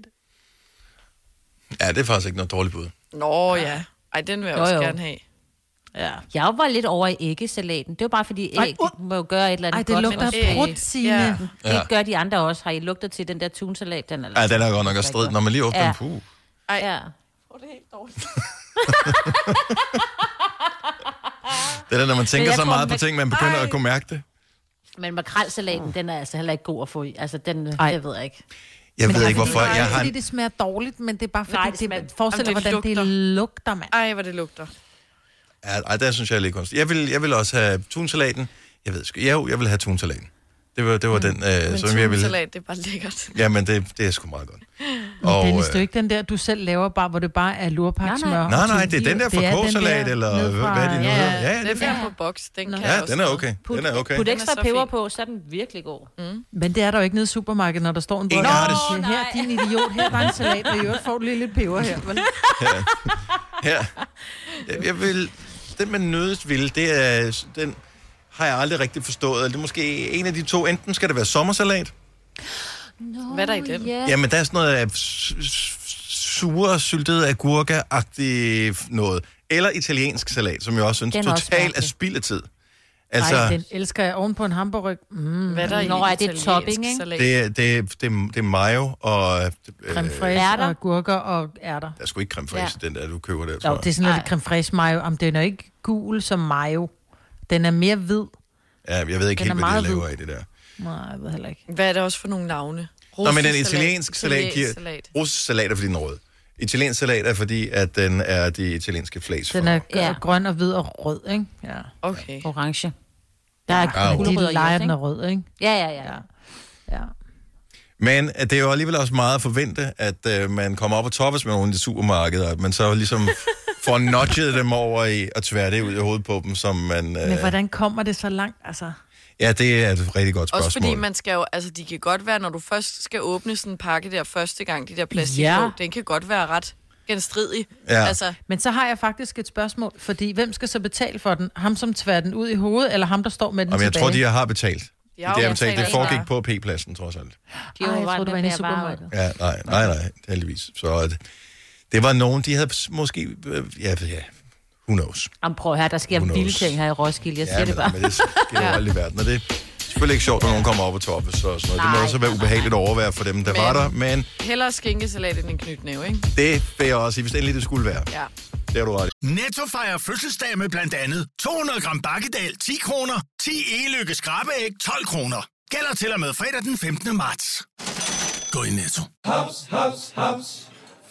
Ja, det er faktisk ikke noget dårligt bud. Nå ja. Ej, den vil jeg Jo, også jo. gerne have. Ja. Jeg var lidt over i æggesalaten. Det var bare fordi æg uh. må jo gøre et eller andet Ej, det godt. lugter men- af brudt, Signe. Ja. Ja. Det gør de andre også. Har I lugter til den der tunsalat? Den er, altså Ja, den er godt nok også strid, når man lige åbner Ja. ja. en puh. Ej. Ja. Åh, det er helt dårligt. Det er da, når man tænker jeg så tror, meget man- på ting, man begynder Ej. at kunne mærke det. Men makrelsalaten, den er altså heller ikke god at få i. Altså, den, Ej. jeg ved ikke. Jeg altså, ved ikke, fordi- hvorfor. Nej, Jeg ikke har fordi en... Altså, det smager dårligt, men det er bare fordi, Nej, Nej, det det, det smager- forestiller, Jamen, det hvordan det lugter, mand. Ej, hvor det lugter. Ja, Ej, der synes jeg er lidt kunstigt. Jeg vil, jeg vil også have tunsalaten. Jeg ved sgu... Jo, jeg vil have tunsalaten. Det var, det Mm. var den, øh, Men som jeg ville have. tunsalat, det er bare lækkert. Jamen, det, det er sgu meget godt. Og, Og, Dennis, det er jo øh, ikke den der, du selv laver, bare, hvor det bare er lurpaksmør. Nej, nej. Nej, nej, det er den der fra K-salat, eller hvad er det nu hedder? Ja, ja, det er den der på boks, den kan jeg ja, også den er noget. okay. Put, Den er okay. put Den er ekstra så peber fin. på, så er den virkelig god. Mm. Men det er der jo ikke nede i supermarkedet, når der står en Ingen har det. "Åh, Her, din idiot, her var en salat, og i øvrigt får du lige lidt peber her. Vel? Ja. ja. Jeg, jeg vil... Den, man nødest vil, det er s- den... har jeg aldrig rigtig forstået. Eller det er måske en af de to. Enten skal det være sommersalat. No, Hvad er der i den? Yeah. Jamen, der er sådan noget af s- s- sure, syltede agurker-agtigt noget. Eller italiensk salat, som jeg også synes Den er også totalt er mærkelig. spild af tid. Altså, Altså... Ej, den elsker jeg oven på en hamburg. Mm. Hvad er der i Nå, er det italiensk topping, ikke? salat? det, er- det, er- det, er- det er mayo og... øh, Creme øh, fraise og gurker og ærter. Der er sgu ikke creme fraise i den der, du køber der, tror Jo, det er sådan lidt creme fraise mayo. Jamen, den er ikke gul som mayo. Den er mere hvid. jeg. Ja, jeg ved ikke Den helt, hvad er de meget laver hvid. af det der. Nej, jeg ved heller ikke. Hvad er det også for nogle navne? Nå, men den Russesalat, italienske salat italiensk giver... salat. Russisk salat er, fordi den er rød. Italiensk salat er, fordi at den er de italienske flæs. Den er ja. grøn og hvid og rød, ikke? Ja. Okay. Orange. Der er Au. Men gulerødder de i leger, også, den er ikke? rød, ikke? Ja, ja, ja. Men at det er jo alligevel også meget at forvente, at øh, man kommer op og toppes med nogle i supermarkedet, og at man så ligesom får nudget dem over i at tvære det ud i hovedet på dem, som man... Men Øh, hvordan kommer det så langt, altså? ja, det er et rigtig godt spørgsmål. Også fordi man skal jo, altså de kan godt være, når du først skal åbne sådan en pakke der første gang, de der plastik Ja. ja. den kan godt være ret genstridig. Ja. Altså, Men så har jeg faktisk et spørgsmål, fordi hvem skal så betale for den? Ham, som tværer den ud i hovedet, eller ham, der står med den Jamen, jeg tilbage? tror, de har betalt. De Ja, jo, har jeg betalt. Det taler foregik ikke på P-pladsen, trods alt. Ej, jeg troede, det var inde i supermarkedet. Ja, nej, nej, nej, heldigvis. Så at, det var nogen, de havde s- måske... øh, Ja, ja who knows. Jamen, prøv at høre, der sker Who knows? vilde ting her i Roskilde. Jeg Ja, siger det men- bare. men det [laughs] sker jo aldrig i verden, og det er selvfølgelig ikke sjovt, når nogen kommer op og toppes og sådan noget. Det må Nej, også være ubehageligt at overvære for dem, der Men- var der, men hellere skinkesalat end en knytnæve, ikke? det vil jeg også sige, hvis endelig det skulle være. Ja. Det har du ret i. Netto fejrer fødselsdag med blandt andet 200 gram bakkedal 10 kroner, 10 e-lykke skrabeæg 12 kroner. Gælder til og med fredag den 15. marts. Gå i Netto. Haps, haps, haps.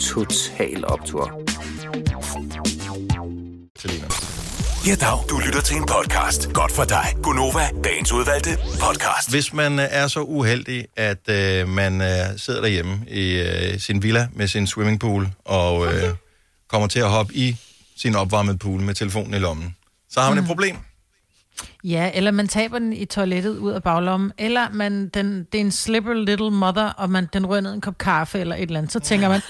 Total Optor. Ja, dag. Du lytter til en podcast. Godt for dig. Gunova, dagens udvalgte podcast. Hvis man øh, er så uheldig, at øh, man øh, sidder derhjemme i øh, sin villa med sin swimmingpool og øh, kommer til at hoppe i sin opvarmede pool med telefonen i lommen, så har man et Mm. problem. Ja, eller man taber den i toilettet ud af baglommen, eller man, den, det er en slipper little mother, og man, den rører ned i en kop kaffe eller et eller andet, så tænker man,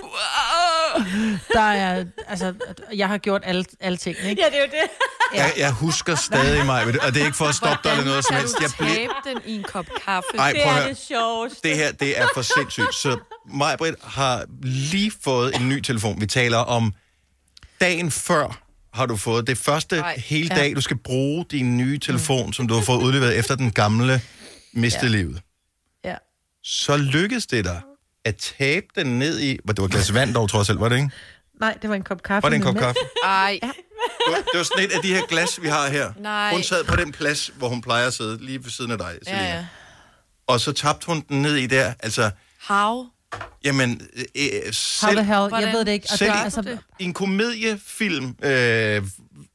der er, altså, jeg har gjort alle, alle ting, ikke? Ja, det er jo det. Jeg, jeg husker stadig mig, og det er ikke for at stoppe dig eller noget som Kan helst. du Jeg blev, tabe den i en kop kaffe? Ej, Det prøv at er høre. det sjovt. Det her, det er for sindssygt. Så mig Britt har lige fået en ny telefon. Vi taler om dagen før har du fået det første Ej. hele Ja. dag, du skal bruge din nye telefon, som du har fået udleveret efter den gamle mistede Ja. livet. Ja. Så lykkedes det dig at tabe den ned i... Var Det var et glas vand dog, trods alt, var det ikke? Nej, det var en kop kaffe. Var det en kop med mælk. kaffe? Ej. Det var- Det var sådan et af de her glas, vi har her. Nej. Hun sad på den plads, hvor hun plejer at sidde, lige ved siden af dig, Selina. Ja, ja. Og så tabte hun den ned i der. Altså, Hav. Jamen, øh, øh, How selv, the hell? Jeg ved det ikke. Og selv der, i- altså, i en komediefilm øh,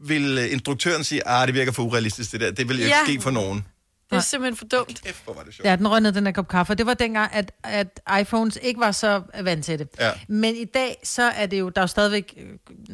vil øh, instruktøren sige, at det virker for urealistisk det der, det vil jo ikke Ja. ske for nogen. Det er simpelthen for dumt. Kæft, hvor var det sjovt. ja, den røg ned i den her kop kaffe, og det var dengang, at, at iPhones ikke var så vant til det. Ja. Men i dag, så er det jo, der er jo stadigvæk øh,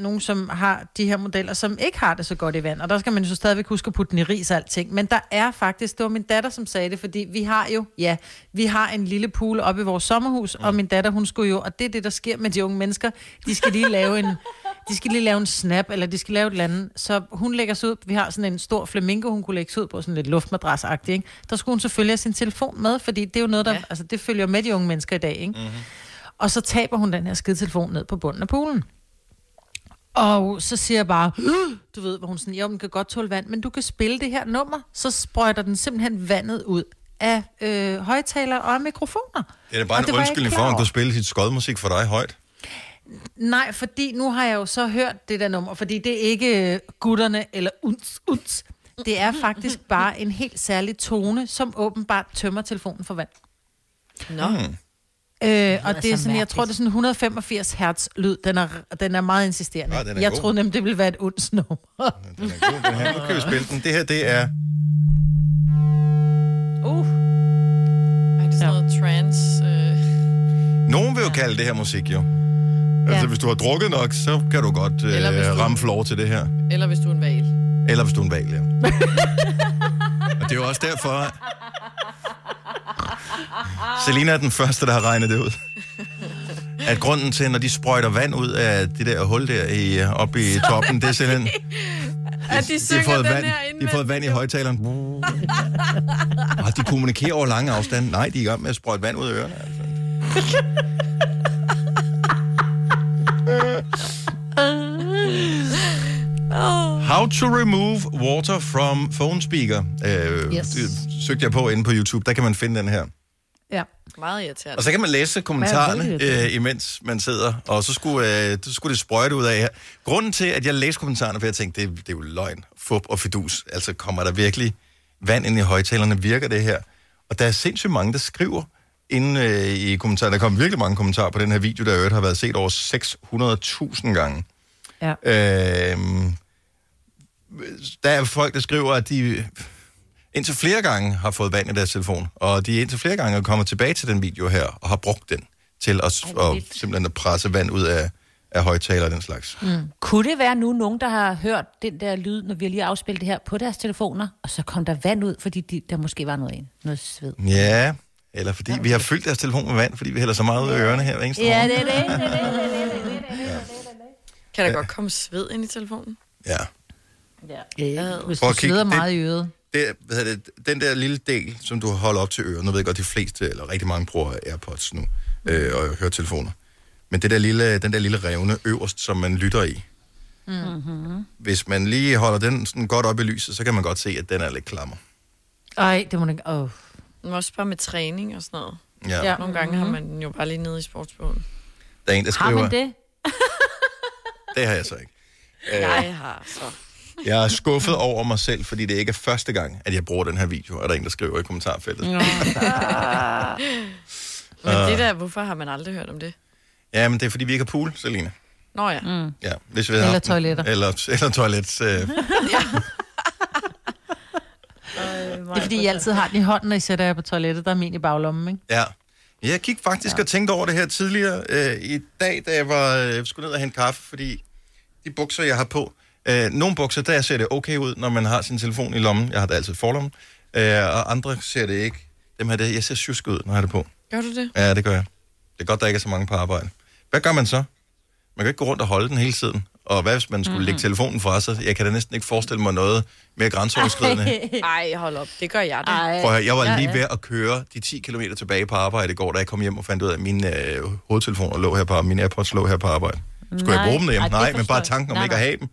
nogen, som har de her modeller, som ikke har det så godt i vand, og der skal man jo så stadigvæk huske at putte den i ris og alting. Men der er faktisk, det var min datter, som sagde det, fordi vi har jo, ja, vi har en lille pool oppe i vores sommerhus, Mm. og min datter, hun skulle jo, og det er det, der sker med de unge mennesker, de skal lige lave en, [laughs] de skal lige lave en snap, eller de skal lave et eller andet. Så hun lægger sig ud, vi har sådan en stor flamingo, hun kunne lægge sig ud på, sådan lidt luftmadras ikke? Der skulle hun selvfølgelig have sin telefon med, fordi det er jo noget, der, ja. altså det følger med de unge mennesker i dag, ikke? Mhm. Og så taber hun den her skidetelefon ned på bunden af poolen. Og så siger jeg bare, "Øh," du ved, hvor hun sådan, jo, den kan godt tåle vand, men du kan spille det her nummer. Så sprøjter den simpelthen vandet ud af øh, højtalere og af mikrofoner. Det er bare Og en det var jeg ikke undskyldning for, klar at hun over. kunne spille sit skodmusik for dig højt. Nej, fordi nu har jeg jo så hørt det der nummer, fordi det er ikke øh, gutterne eller uns, uns. Det er [laughs] faktisk bare en helt særlig tone, som åbenbart tømmer telefonen for vand. Nå. Mm. Øh, er og det er altså så sådan, jeg tror, det er sådan 185 hertz lyd. Den er, den er meget insisterende. Ja, den er jeg god. troede [laughs] nemlig, det ville være et onds nummer. Den her, nu kan vi spille den. Det her, det er... Uh. Ej, det er sådan ja. noget trans... Øh. Nogen vil jo kalde det her musik, jo. Altså, Ja. hvis du har drukket nok, så kan du godt Eller hvis øh, du- ramme floor til det her. Eller hvis du er en val. Eller hvis du er en valg, ja. Og det er jo også derfor... Selina er den første, der har regnet det ud. At grunden til, når de sprøjter vand ud af det der hul der i, oppe i toppen, det er [laughs] simpelthen... At de De har synger fået den vand, her de har inden. fået vand i højtaleren. [laughs] Og de kommunikerer over lange afstande. Nej, de er i gang med at sprøjte vand ud af ørerne. [laughs] Altså. How to remove water from phone speaker. Øh, Yes. yes. det søgte jeg på inde på YouTube. Der kan man finde den her. Ja. Meget irriterende. Og så kan man læse kommentarerne, Hvad er det, øh, imens man sidder, og så skulle, øh, så skulle det sprøjte ud af her. Grunden til, at jeg læste kommentarerne, for jeg tænkte, det, det er jo løgn, fup og fidus. Altså, kommer der virkelig vand ind i højtalerne? Virker det her? Og der er sindssygt mange, der skriver inde øh, i kommentarerne. Der kom virkelig mange kommentarer på den her video, der i øvrigt har været set over 600.000 gange. Ja. Øhm, der er folk, der skriver, at de indtil flere gange har fået vand i deres telefon, og de er indtil flere gange er kommet tilbage til den video her, og har brugt den til at, Ej, Ej, hvor og vildt. simpelthen at presse vand ud af, af højtaler og den slags. Mm. Kunne det være nu nogen, der har hørt den der lyd, når vi har lige afspillet det her på deres telefoner, og så kom der vand ud, fordi de, der måske var noget, ind, noget sved? Ja, eller fordi vi har fyldt deres telefon med vand, fordi vi hælder så meget ud af ørerne her hver eneste Ja, morgen. det er det. det, er det. Kan der godt komme sved ind i telefonen? Ja. Ja. Hvis Prøv du at kigge. sveder Det- meget i øret. det, hvad hedder det, den der lille del, som du holder op til ørerne, nu ved jeg godt, de fleste, eller rigtig mange bruger AirPods nu, Mm. øh, og høretelefoner. Men det der lille, den der lille revne øverst, som man lytter i, Mm-hmm. hvis man lige holder den sådan godt op i lyset, så kan man godt se, at den er lidt klammer. Ej, det må den ikke... Oh. Men også bare med træning og sådan noget. Ja. ja. Nogle gange har man den jo bare lige nede i sportsbogen. Der er en, der skriver... det? det? har jeg så [laughs] ikke. Øh, Jeg har så. jeg er skuffet over mig selv, fordi det ikke er første gang, at jeg bruger den her video, er der en, der skriver i kommentarfeltet. Nå. Men det Øh. der, hvorfor har man aldrig hørt om det? [laughs] Ja, men det er, fordi vi ikke har pool, Selina. Nå ja. Mm. Ja, hvis vi Eller havde haft den. toiletter. Eller, eller toilet. Øh, Det er fordi, I altid har den i hånden, når I sætter jer på toilettet. Der er min i baglommen, ikke? Ja. Jeg gik faktisk ja. og tænkte over det her tidligere øh, i dag, da jeg var øh, skulle ned og hente kaffe, fordi de bukser, jeg har på, øh, nogle bukser, der ser det okay ud, når man har sin telefon i lommen. Jeg har det altid i forlommen. Øh, og andre ser det ikke. Dem her, det, jeg ser sjusk ud, når jeg har det på. Gør du det? Ja, det gør jeg. Det er godt, der ikke er så mange på arbejde. Hvad gør man så? Man kan ikke gå rundt og holde den hele tiden. Og hvad hvis man skulle mm-hmm. lægge telefonen fra sig? Jeg kan da næsten ikke forestille mig noget mere grænseoverskridende. [laughs] Ej, hold op. Det gør jeg det. Ej. Prøv at høre, jeg var lige ved at køre de 10 km tilbage på arbejde i går, da jeg kom hjem og fandt ud af, at mine øh, hovedtelefoner lå her på arbejde, mine AirPods lå her på arbejde. Skulle jeg Nej. bruge dem derhjemme? Ej, det Nej, men forstår bare jeg. tanken om Nej, ikke at nej. have dem.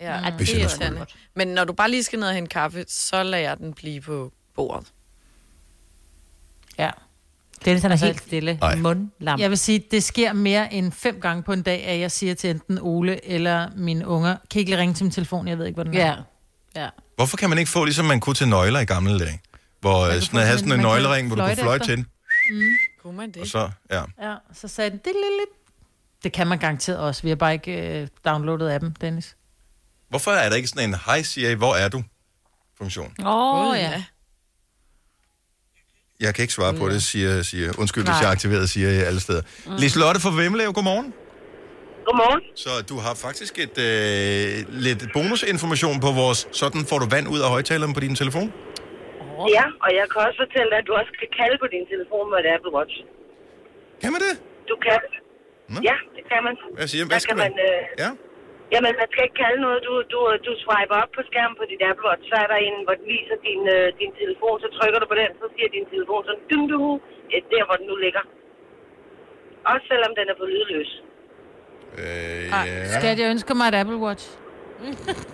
Ja, ej, Hvis det er jeg nu skulle. irriterende. Mm. Men når du bare lige skal ned og hente kaffe, så lader jeg den blive på bordet. Ja. Dennis, han ligesom er Altså, helt stille. Ej. Mundlam. Jeg vil sige, det sker mere end fem gange på en dag, at jeg siger til enten Ole eller mine unger, kan I ikke lige ringe til min telefon, jeg ved ikke, hvor den er. Ja. ja. Hvorfor kan man ikke få, ligesom man kunne til nøgler i gamle dage? Hvor Altså, øh, sådan, havde sådan en nøglering, hvor du kunne fløjte til den, Mm. Kunne man det? og så, ja. Ja, så sagde den, det lidt. Det kan man garanteret også. Vi har bare ikke øh, downloadet appen, Dennis. Hvorfor er der ikke sådan en, hej Siri, hvor er du? Funktion. Åh, oh, ja. Jeg kan ikke svare på det, siger, siger. Undskyld, hvis Nej. jeg aktiverede Siri alle steder. Mm. Liselotte fra Vemmelev, godmorgen. Godmorgen. Så du har faktisk et øh, lidt bonusinformation på vores, sådan får du vand ud af højtaleren på din telefon? Ja, og jeg kan også fortælle dig, at du også kan kalde på din telefon med et Apple Watch. Kan man det? Du kan. Ja, det kan man. Hvad siger- Der hvad skal kan man- øh, Ja. Jamen, man skal ikke kalde noget. Du, du, du swiper op på skærmen på dit Apple Watch, så er der en, hvor den viser din, øh, din telefon. Så trykker du på den, så siger din telefon sådan, dum du, der hvor den nu ligger. Også selvom den er på lydløs. Øh, ja. Skat, jeg ønsker mig et Apple Watch. Det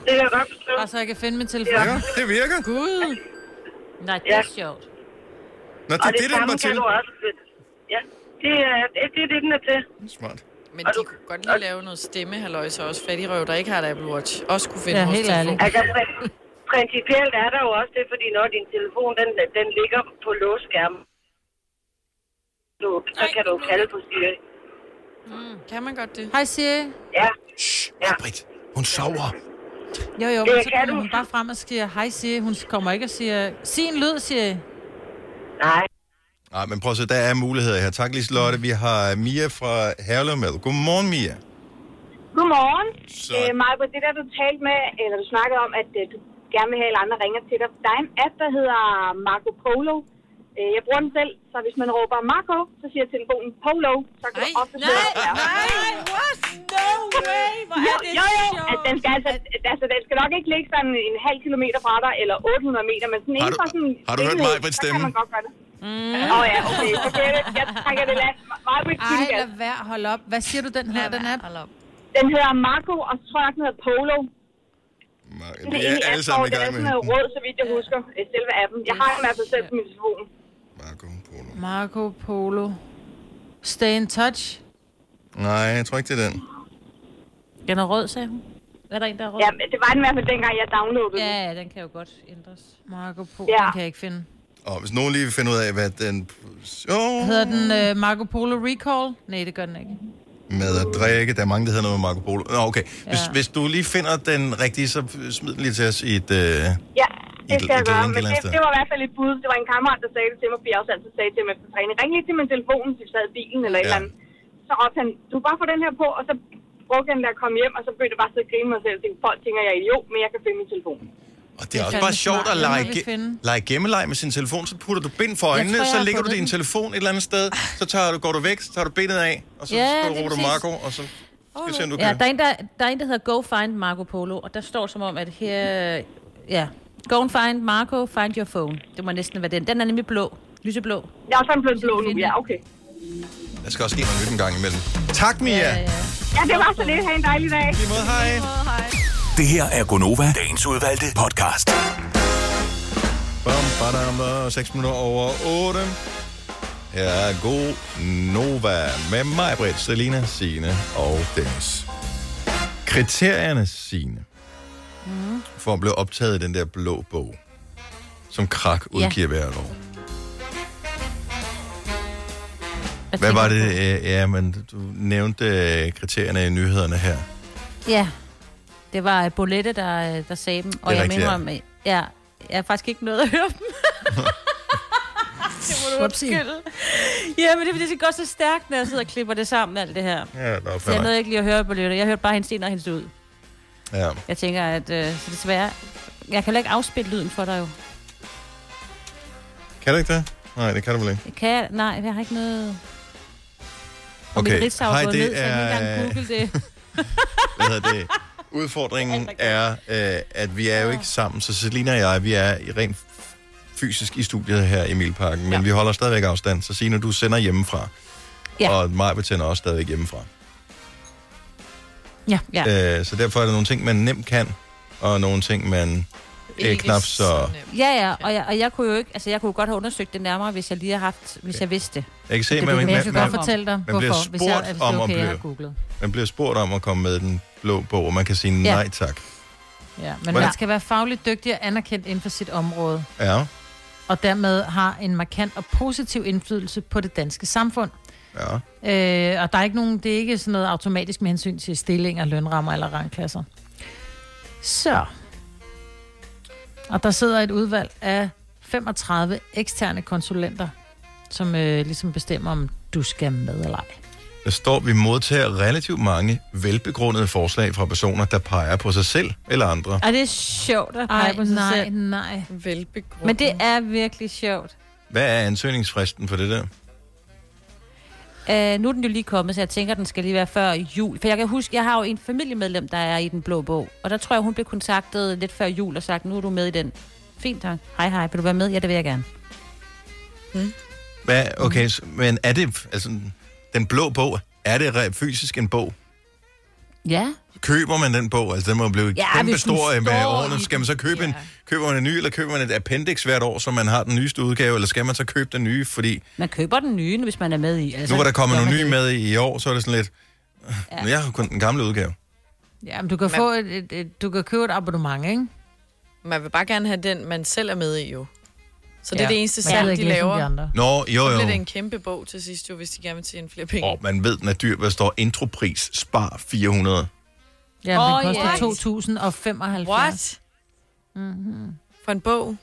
kan jeg godt forstå. Og så jeg kan finde min telefon. Ja, det virker. Gud. Nej, det er sjovt. Nå, det, og er det, den samme var kan til. du også. Ja, det er det, er det den er til. Smart. Men de kunne godt lige lave noget stemme, så også fattigrøv, der ikke har et Apple Watch, også kunne finde Ja, vores helt telefon. ærligt. Altså, Principielt er der jo også det, fordi når din telefon den, den ligger på låsskærmen, du, så kan du kalde på Siri. Mm. Kan man godt det? Hej Siri. Ja. Shh, ja. Britt, hun sover. Jo, jo, Det men så kan kommer du. hun bare frem og siger, hej Siri. Hun kommer ikke og siger, sig en lyd, Siri. Nej. Nej, men prøv at se, der er muligheder her. Tak, Liselotte. Vi har Mia fra Herlev med. Godmorgen, Mia. Godmorgen. Så- Øh, Marco, det der du talte med, eller du snakkede om, at øh, du gerne vil have, at andre ringer til dig. Der er en app, der hedder Marco Polo. Øh, jeg bruger den selv, så hvis man råber Marco, så siger telefonen Polo. Så kan du ofte nej, nej, nej, what? No way! Hvor er det jo, jo, jo. sjovt. Altså, den skal, altså, altså, den skal nok ikke ligge sådan en halv kilometer fra dig, eller 800 meter, men sådan Har inden du- for sådan... har du hørt stillhed, Maj-Brits Så stemme? kan man godt gøre det. Mm. Åh oh, ja, okay. Så det, er- jeg trækker det lad. Meget Ej, lad være, hold op. Hvad siger du, den her, den er? Hold op. Den hedder Marco, og så tror jeg, den hedder Polo. Vi er alle sammen i gang med. Det er med. sådan noget råd, så vidt jeg husker, øh, selve appen. Jeg har den i hvert fald selv på min telefon. Marco Polo. Stay in touch. Nej, jeg tror ikke, det er den. Den er rød, sagde hun. Er der en, der er rød? Ja, men det var den i hvert fald dengang, jeg downloadede den. Ja, den kan jo godt ændres. Marco Polo, Ja. ja. Oh, den kan jeg ikke finde. Og hvis nogen lige vil finde ud af, hvad den... Jo, Hedder den uh, Marco Polo Recall? Nej, det gør den ikke. med at drikke. Der er mange, der hedder noget med Marco Polo. Nå, okay. Hvis, Ja. hvis du lige finder den rigtige, så smid den lige til os i et... Øh... Ja, det Et- skal jeg et gøre, link et men eller andet det, sted. det, var i hvert fald et bud. Det var en kammerat, der sagde det til mig, fordi jeg også altid sagde til mig efter træning, ring lige til min telefon, hvis vi sad i bilen eller et Ja. eller andet. Så råbte han, du kan bare få den her på, og så brugte jeg den der at komme hjem, og så begyndte jeg bare at sidde og grine mig selv. Jeg tænkte, folk tænker, jeg er idiot, men jeg kan finde min telefon. Og det er er også fandme bare sjovt smart. at Den må lege, vi finde. lege gemmeleg med sin telefon. Så putter du bind for Jeg øjnene, tror, jeg så har lægger du fundet din telefon et eller andet sted, så tager du, går du væk, så tager du bindet af, og så Ja, ja, lige råber du præcis. Marco, og så skal vi se, om du Ja, kan. der er, en, der, der er en, der hedder Go Find Marco Polo, og der står som om, at her... Ja, Go and find Marco, find your phone. Det må næsten være den. Den er nemlig blå. Lyseblå. Jeg er sådan blevet blå nu, ja, okay. Der skal også ske noget nyt en gang imellem. Tak, Mia. Ja, ja, ja. Ja, det var så lidt. Ha' en dejlig dag. I måde, hej. hej. Det her er Gonova, dagens udvalgte podcast. Bam, badam, 6 minutter over 8. Her er god Nova med mig, Britt, Selina, Signe og Dennis. Kriterierne, Signe, Mm. for at blive optaget i den der blå bog, som Krak udgiver ja. hvert år. Hvad var det? øh, Ja, men du nævnte øh, kriterierne i nyhederne her. Ja. Det var øh, Bolette, der, øh, der sagde dem, og jeg rigtigt, mener ja. om, øh, ja. jeg har faktisk ikke noget at høre dem. [laughs] det må du Upsi. undskylde. Ja, men det, er fordi, det går så stærkt, når jeg sidder og klipper det sammen, alt det her. Ja, nå, Så jeg fair nåede nok. ikke lige at høre Bolette. Jeg hørte bare hendes ind og hendes ud. Ja. Jeg tænker, at øh, så desværre... Jeg kan heller ikke afspille lyden for dig jo. Kan du ikke det? Nej, det kan du vel ikke. Kan jeg? Nej, jeg har ikke noget... Og mit Okay, ritzav er hej, gået ned, det så jeg kan ikke er... engang google det. Hvad hedder det? Udfordringen er, øh, at vi er jo ikke sammen, så Selina og jeg, vi er i rent fysisk i studiet her i Milparken, men ja. vi holder stadigvæk afstand, så Signe, du sender hjemmefra, Ja. og mig betænder også stadigvæk hjemmefra. Ja. Ja. Øh, så derfor er der nogle ting, man nemt kan, og nogle ting, man øh, knap så... Ja, ja, og jeg, og jeg kunne jo ikke, altså jeg kunne godt have undersøgt det nærmere, hvis jeg lige havde haft, hvis jeg vidste det. Jeg kan se, det, man, det, man, det, man, det, man, fortælle dig, man bliver hvorfor, spurgt hvis jeg, altså, om det er okay, at jeg har blive- googlet. man bliver spurgt om at komme med den blå bog, og man kan sige Ja. nej tak. Ja, men Hvordan- man skal være fagligt dygtig og anerkendt inden for sit område, Ja. og dermed har en markant og positiv indflydelse på det danske samfund. Ja. Øh, og der er ikke nogen, det er ikke sådan noget automatisk med hensyn til stillinger, lønrammer eller rangklasser. Så. Og der sidder et udvalg af 35 eksterne konsulenter, som øh, ligesom bestemmer, om du skal med eller ej. Der står, vi modtager relativt mange velbegrundede forslag fra personer, der peger på sig selv eller andre. Ej, det er sjovt at pege Ej, på sig nej, selv. nej, Velbegrundet. Men det er virkelig sjovt. Hvad er ansøgningsfristen for det der? Uh, nu er den jo lige kommet, så jeg tænker, den skal lige være før jul. For jeg kan huske, jeg har jo en familiemedlem, der er i den blå bog. Og der tror jeg, hun blev kontaktet lidt før jul og sagt, nu er du med i den. Fint, tak. Hej, hej. Vil du være med? Ja, det vil jeg gerne. Hvad, okay, så, men er det, altså, den blå bog, er det re- fysisk en bog? Ja. Køber man den bog? Altså, den må blive Ja, hvis ja, kæmpe den stor med står i årene. Skal man så købe ja. en, køber man en ny, eller køber man et appendix hvert år, så man har den nyeste udgave, eller skal man så købe den nye? Fordi Man køber den nye, hvis man er med i. altså- nu var der kommet gør nogle man nye det. med i, i år, så er det sådan lidt, Ja. ja. jeg har kun den gamle udgave. Ja, men du kan, få et, et, et, du kan købe et abonnement, ikke? Man vil bare gerne have den, man selv er med i jo. Så det ja. Ja. er det eneste Men jeg ved salg, ikke, de ligesom laver. de andre. Nå, jo, Så jo. bliver det en kæmpe bog til sidst jo, hvis de gerne vil tjene flere penge. Og man ved, den er dyr, hvad der står intropris, spar 400. Ja, men Åh, den koster ja. 2075. What? Mm-hmm. For en bog?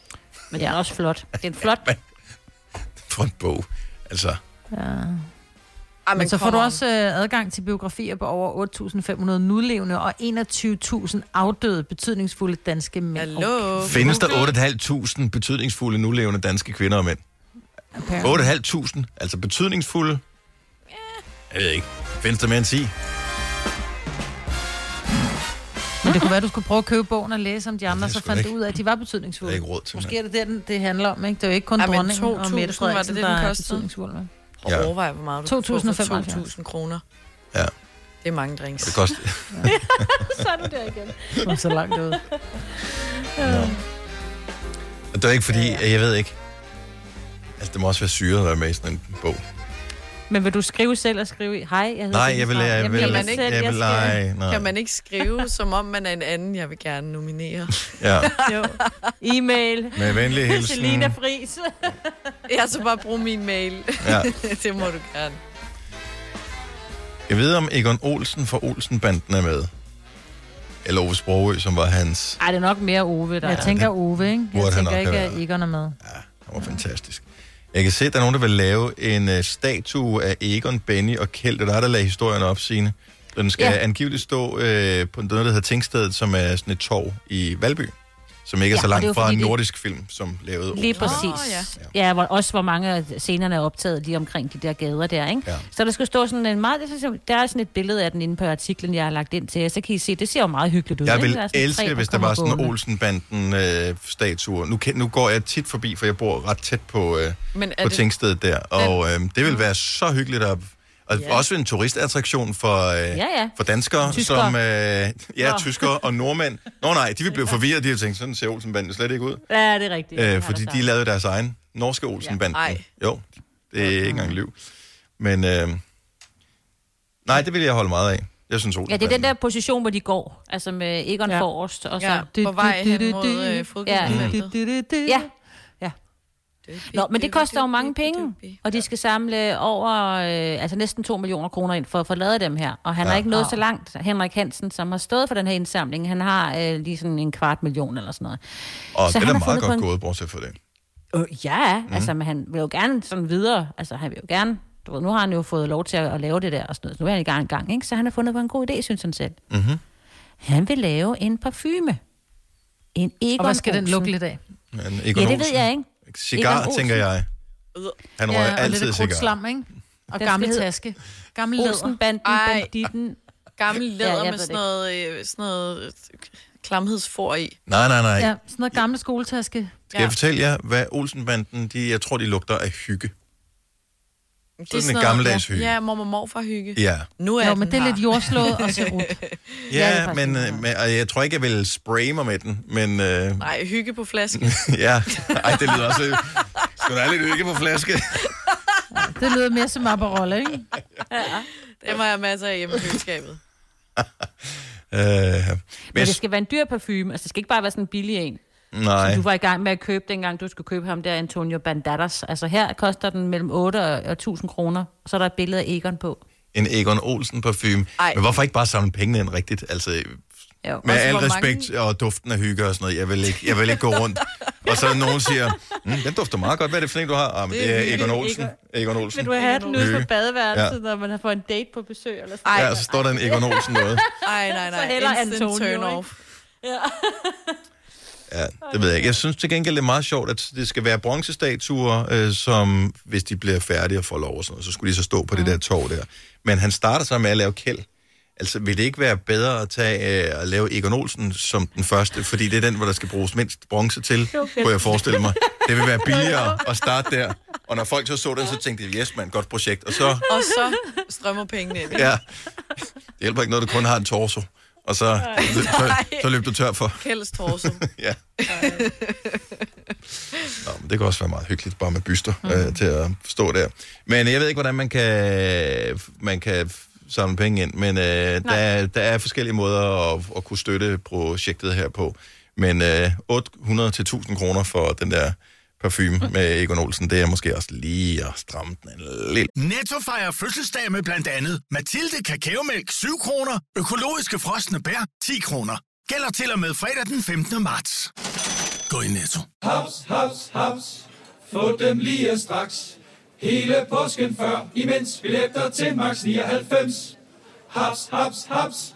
Men ja. den er også flot. Det er en flot for en bog? Altså, Ja. Ah, Men så får du også øh, adgang til biografier på over 8.500 nulevende og 21.000 afdøde betydningsfulde danske mænd. Hallo? findes der 8.500 betydningsfulde nulevende danske kvinder og mænd? 8.500, altså betydningsfulde? Jeg ved ikke. Findes der mere end 10? Men det kunne være, du skulle prøve at købe bogen og læse om de andre, Det er så sgu fandt ikke- du ud af, at de var betydningsfulde. det er ikke råd til, Måske er det der, den- det handler om, ikke? Det er jo ikke kun Ej, men dronningen og 2.000 var Mette det Frederiksen, det, der den er kostede? betydningsfulde. vel? Og Ja. overvej, hvor meget du kan få for 2.075. 2.000 kroner. Ja. Det er mange drinks. Det koster- [laughs] [laughs] så er du der igen. Kom så langt ud. Og det er ikke fordi, jeg ved ikke. Altså, det må også være syret at være med i sådan en bog. Men vil du skrive selv og skrive i? Hej, jeg hedder Nej, Dennis jeg vil- jeg Ravn." Jamen, vil- kan man jeg ikke- vil- skal- nej, nej. Kan man ikke skrive, som om man er en anden, jeg vil gerne nominere? [laughs] Ja. jo. E-mail. Med venlig hilsen. Selina [laughs] Friis. jeg så bare bruge min mail. Ja. [laughs] det må du gerne. Jeg ved, om Egon Olsen fra Olsenbanden er med. Eller Ove Sprogø, som var hans. Ej, det er nok mere Ove, der Jeg tænker Ove, ikke? Jeg Burde han tænker nok ikke, have at Egon er med. Han var fantastisk. Jeg kan se, at der er nogen, der vil lave en uh, statue af Egon, Benny og Kjeld. Det er dig, der lagde historien op, Signe. Den skal Ja. ja. angiveligt stå uh, på noget, der hedder Tingstedet, som er sådan et torv i Valby. Som ikke er Ja, så og det er jo langt fra fordi, en det- nordisk film, som lavede Lige Olsen. præcis. Oh, ja, ja hvor, også hvor mange af scenerne er optaget lige omkring de der gader der, ikke? Ja. Så der skal stå sådan en meget... det er sådan- Der er sådan et billede af den inde på artiklen, jeg har lagt ind til jer, så kan I se, det ser jo meget hyggeligt ud. Jeg ikke? vil Der er sådan elske, tre, det, hvis der kommer var sådan en gående. Olsenbanden-statue. nu, kan- nu går jeg tit forbi, for jeg bor ret tæt på, øh, Men er på det- tingstedet der. Og øh, det vil være så hyggeligt at... Og Ja. ja. også en turistattraktion for, øh, ja, ja. for danskere, Tyskere. som... Øh, ja, Nå. tyskere [laughs] og nordmænd. Nå nej, de vil blive forvirret, de har tænkt, sådan ser Olsenbanden slet ikke ud. Ja, det er rigtigt. Øh, fordi de lavede deres egen norske Olsenbanden. Ja. Ej. Jo, det er ikke engang liv. Men øh, nej, det vil jeg holde meget af. Jeg synes Ja, det er Olsenbanden. den der position, hvor de går. Altså med Egon ja. forrest, og så... Ja, på vej hen mod, øh, fodboldfeltet. Ja. ja. ja. Nå, men det koster jo mange penge, og de skal samle over øh, altså næsten 2 millioner kroner ind for at få lavet dem her. Og han ja. er Ja. ikke nået Au. så langt, Henrik Hansen, som har stået for den her indsamling. Han har øh, lige sådan en kvart million eller sådan noget. Og så det han er har fundet meget på godt Mhm. en- gået, bortset for det. Øh, ja, mm. altså men han vil jo gerne sådan videre. Altså han vil jo gerne... Du ved, nu har han jo fået lov til at, at lave det der og sådan noget. Så nu er han i gang en gang, ikke? Så han har fundet på en god idé, synes han selv. Mm-hmm. Han vil lave en parfume. En Egon Og hvad skal den Olsen. lugte lidt af? Men Ja, Egon det ved Olsen. jeg ikke. Cigar, Egon Olsen. tænker jeg. Han røg altid og lidt cigar. slam, ikke? Og Den gammel skal hedde taske. Gammel læder. Olsenbanden, Ej. banditten. Gammel læder Ja, ja, jeg med ved sådan det noget, øh, sådan noget øh, klamhedsfor i. Nej, nej, nej. Ja, sådan noget gamle skoletaske. Skal jeg fortælle jer, hvad Olsenbanden, de, jeg tror, de lugter af hygge. Det sådan en noget- gammeldags ja, hygge. Ja, mormor og morfar hygge. Ja. Nu er Jo, den men det er her. lidt jordslået [laughs] og serut. Ja, ja men, øh, men og jeg tror ikke, jeg vil spraye mig med den, men... Øh, Nej, hygge på flaske. [laughs] ja, Ej, det lyder også... Øh, Skal du have lidt hygge på flaske? Det lyder mere som Aperol, ikke? ja. Det må jeg have masser af hjemme i køleskabet. Øh, men Men jeg, det skal være en dyr parfume. Altså, det skal ikke bare være sådan en billig en. nej. Som du var i gang med at købe, dengang du skulle købe ham der, Antonio Bandadas. Altså, her koster den mellem 8 og og 1000 kroner. Og så er der et billede af Egon på. En Egon Olsen parfume. Ej. Men hvorfor ikke bare samle pengene ind rigtigt? Altså, Jo. med al respekt og duften af hygge og sådan noget. Jeg vil ikke, jeg vil ikke gå rundt. og så nogen siger, mm, den dufter meget godt. Hvad er det for en, du har? Ah, men det er Egon Olsen. Egon Olsen. Vil du have den ude på Hygge. badeværelset, Ja. ja. når man får en date på besøg? Eller sådan Ej, ja, så står der en Egon Olsen noget. Ej, nej, nej. Så heller Instant Antonio, turn ikke? off. Ja. Ja, det ved jeg ikke. Jeg synes til gengæld, det er meget sjovt, at det skal være bronzestatuer, øh, som hvis de bliver færdige og får lov og sådan noget, så skulle de så stå på det der tog der. Men han starter så med at lave kæld. Altså, vil det ikke være bedre at tage øh, at lave Egon Olsen som den første? Fordi det er den, hvor der skal bruges mindst bronze til, Okay. kunne jeg forestille mig. Det vil være billigere at starte der. Og når folk så så den, så tænkte de, yes, man, godt projekt. Og så, Og så strømmer pengene ind. ja, det hjælper ikke noget, du kun har en torso. Og så, så, så, så løb du tør for. Kælds torso. [laughs] Ja. Nå, men det kan også være meget hyggeligt, bare med byster mm. øh, til at stå der. Men jeg ved ikke, hvordan man kan, man kan samle penge ind, men øh, der, er- der er forskellige måder at, at kunne støtte projektet her på. Men øh, 800-1000 kroner for den der parfume med Egon Olsen, det er måske også lige at stramme den en lille. Netto fejrer fødselsdag med blandt andet Mathilde Kakaomælk 7 kroner, økologiske frosne bær 10 kroner. Gælder til og med fredag den 15. marts. Gå i Netto. Haps, haps, haps. Få dem lige straks. Hele påsken før, imens billetter til max 99. Haps, haps, haps.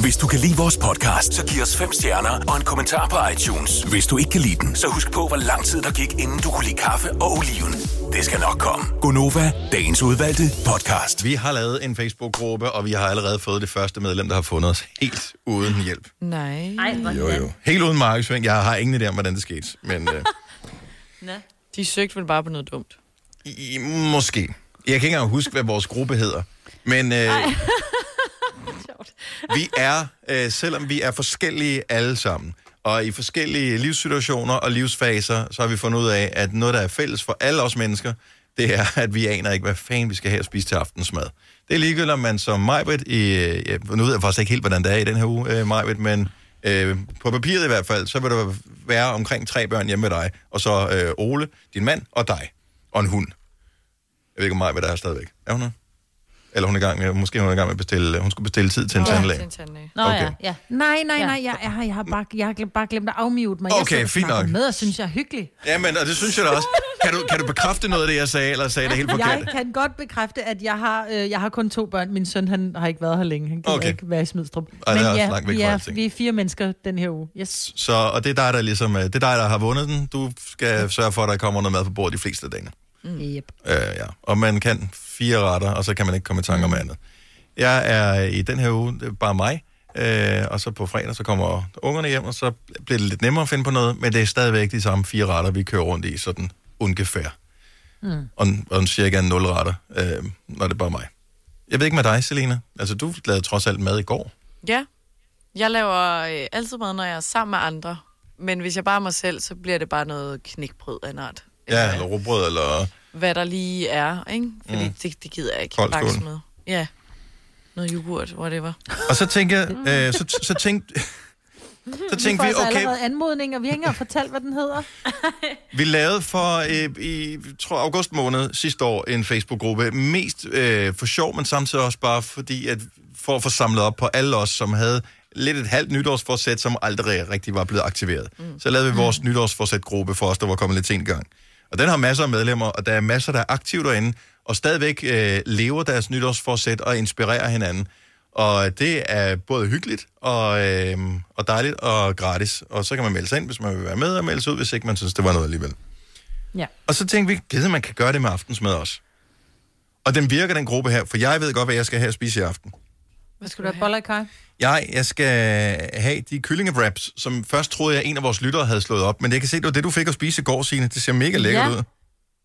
Hvis du kan lide vores podcast, så giv os fem stjerner og en kommentar på iTunes. Hvis du ikke kan lide den, så husk på, hvor lang tid der gik, inden du kunne lide kaffe og oliven. Det skal nok komme. Gonova, dagens udvalgte podcast. Vi har lavet en Facebook-gruppe, og vi har allerede fået det første medlem, der har fundet os helt uden hjælp. Nej. Ej, Jo, jo. Helt uden markedsføring. Jeg har ingen idé om, hvordan det skete, men øh, Nå. De søgte vel bare på noget dumt. i, i- måske. Jeg kan ikke engang huske, hvad vores gruppe hedder. Men øh, vi er, øh, selvom vi er forskellige alle sammen, og i forskellige livssituationer og livsfaser, så har vi fundet ud af, at noget, der er fælles for alle os mennesker, det er, at vi aner ikke, hvad fanden vi skal have at spise til aftensmad. Det er ligegyldigt, om man som Majbrit i... øh, Ja, nu ved jeg faktisk ikke helt, hvordan det er i den her uge, øh, Majbrit, men øh, på papiret i hvert fald, så vil der være omkring tre børn hjemme med dig, og så øh, Ole, din mand og dig, og en hund. Jeg ved ikke, om Majbrit er her stadigvæk. Er hun her? Eller hun er i gang med, måske hun er i gang med at bestille, hun skulle bestille tid til en tandlæge. Nå Okay. ja, ja. Nej, nej, nej, jeg er her. Jeg har bare, jeg har glem- bare glemt at afmute mig. Jeg Okay, sidder og fint snakker nok. med og synes, jeg er hyggelig. Jamen, og det synes jeg da også. Kan du, kan du bekræfte noget af det, jeg sagde, eller sagde jeg det helt forkert? Jeg kan godt bekræfte, at jeg har, øh, jeg har kun to børn. Min søn han har ikke været her længe. Han kan Okay. okay. ikke være i Smidstrup. er Men også ja, langt væk vi, fra er, alting. vi er fire mennesker den her uge. Yes. Så, og det er dig, der ligesom, øh, det er dig, der har vundet den. Du skal sørge for, at der kommer noget mad på bordet de fleste af dagene. Mm. Yep. Øh, ja. Og man kan fire retter, og så kan man ikke komme i tanke om andet. Jeg er i den her uge, det er bare mig, øh, og så på fredag, så kommer ungerne hjem, og så bliver det lidt nemmere at finde på noget, men det er stadigvæk de samme fire retter, vi kører rundt i, sådan ungefær. Hmm. Mm. Og, en- og en cirka en nulretter, øh, når det er bare mig. Jeg ved ikke med dig, Selina. Altså, du lavede trods alt mad i går. Ja. Jeg laver øh, altid mad, når jeg er sammen med andre. Men hvis jeg bare er mig selv, så bliver det bare noget knækbrød af en art. Ja, eller råbrød, eller... Hvad der lige er, ikke? Fordi Mm. mm. det, det gider jeg ikke Kold bakse skål. med. Ja. Noget yoghurt, whatever. Og så tænker jeg, øh, så, så tænkte... Så tænkte vi, får altså okay, allerede anmodninger. Vi har ikke engang fortalt, hvad den hedder. Vi lavede for øh, i tror, august måned sidste år en Facebook-gruppe, mest øh, for sjov, men samtidig også bare fordi, at, for at få samlet op på alle os, som havde lidt et halvt nytårsforsæt, som aldrig rigtig var blevet aktiveret. Mm. Så lavede vi vores mm. nytårsforsæt-gruppe for os, der var kommet lidt sent i gang. Og den har masser af medlemmer, og der er masser, der er aktive derinde, og stadigvæk øh, lever deres nytårsforsæt og inspirerer hinanden. Og det er både hyggeligt og, øh, og dejligt og gratis. Og så kan man melde sig ind, hvis man vil være med, og melde sig ud, hvis ikke man synes, det var noget alligevel. Ja. Og så tænkte vi, gider man kan gøre det med aftensmad også. Og den virker, den gruppe her, for jeg ved godt, hvad jeg skal have at spise i aften. Hvad skal du have? Boller i kaj? Jeg, jeg skal have de kyllingewraps, som først troede jeg, en af vores lyttere havde slået op. Men jeg kan se, det var det, du fik at spise i går, Signe. Det ser mega lækkert Ja. ud.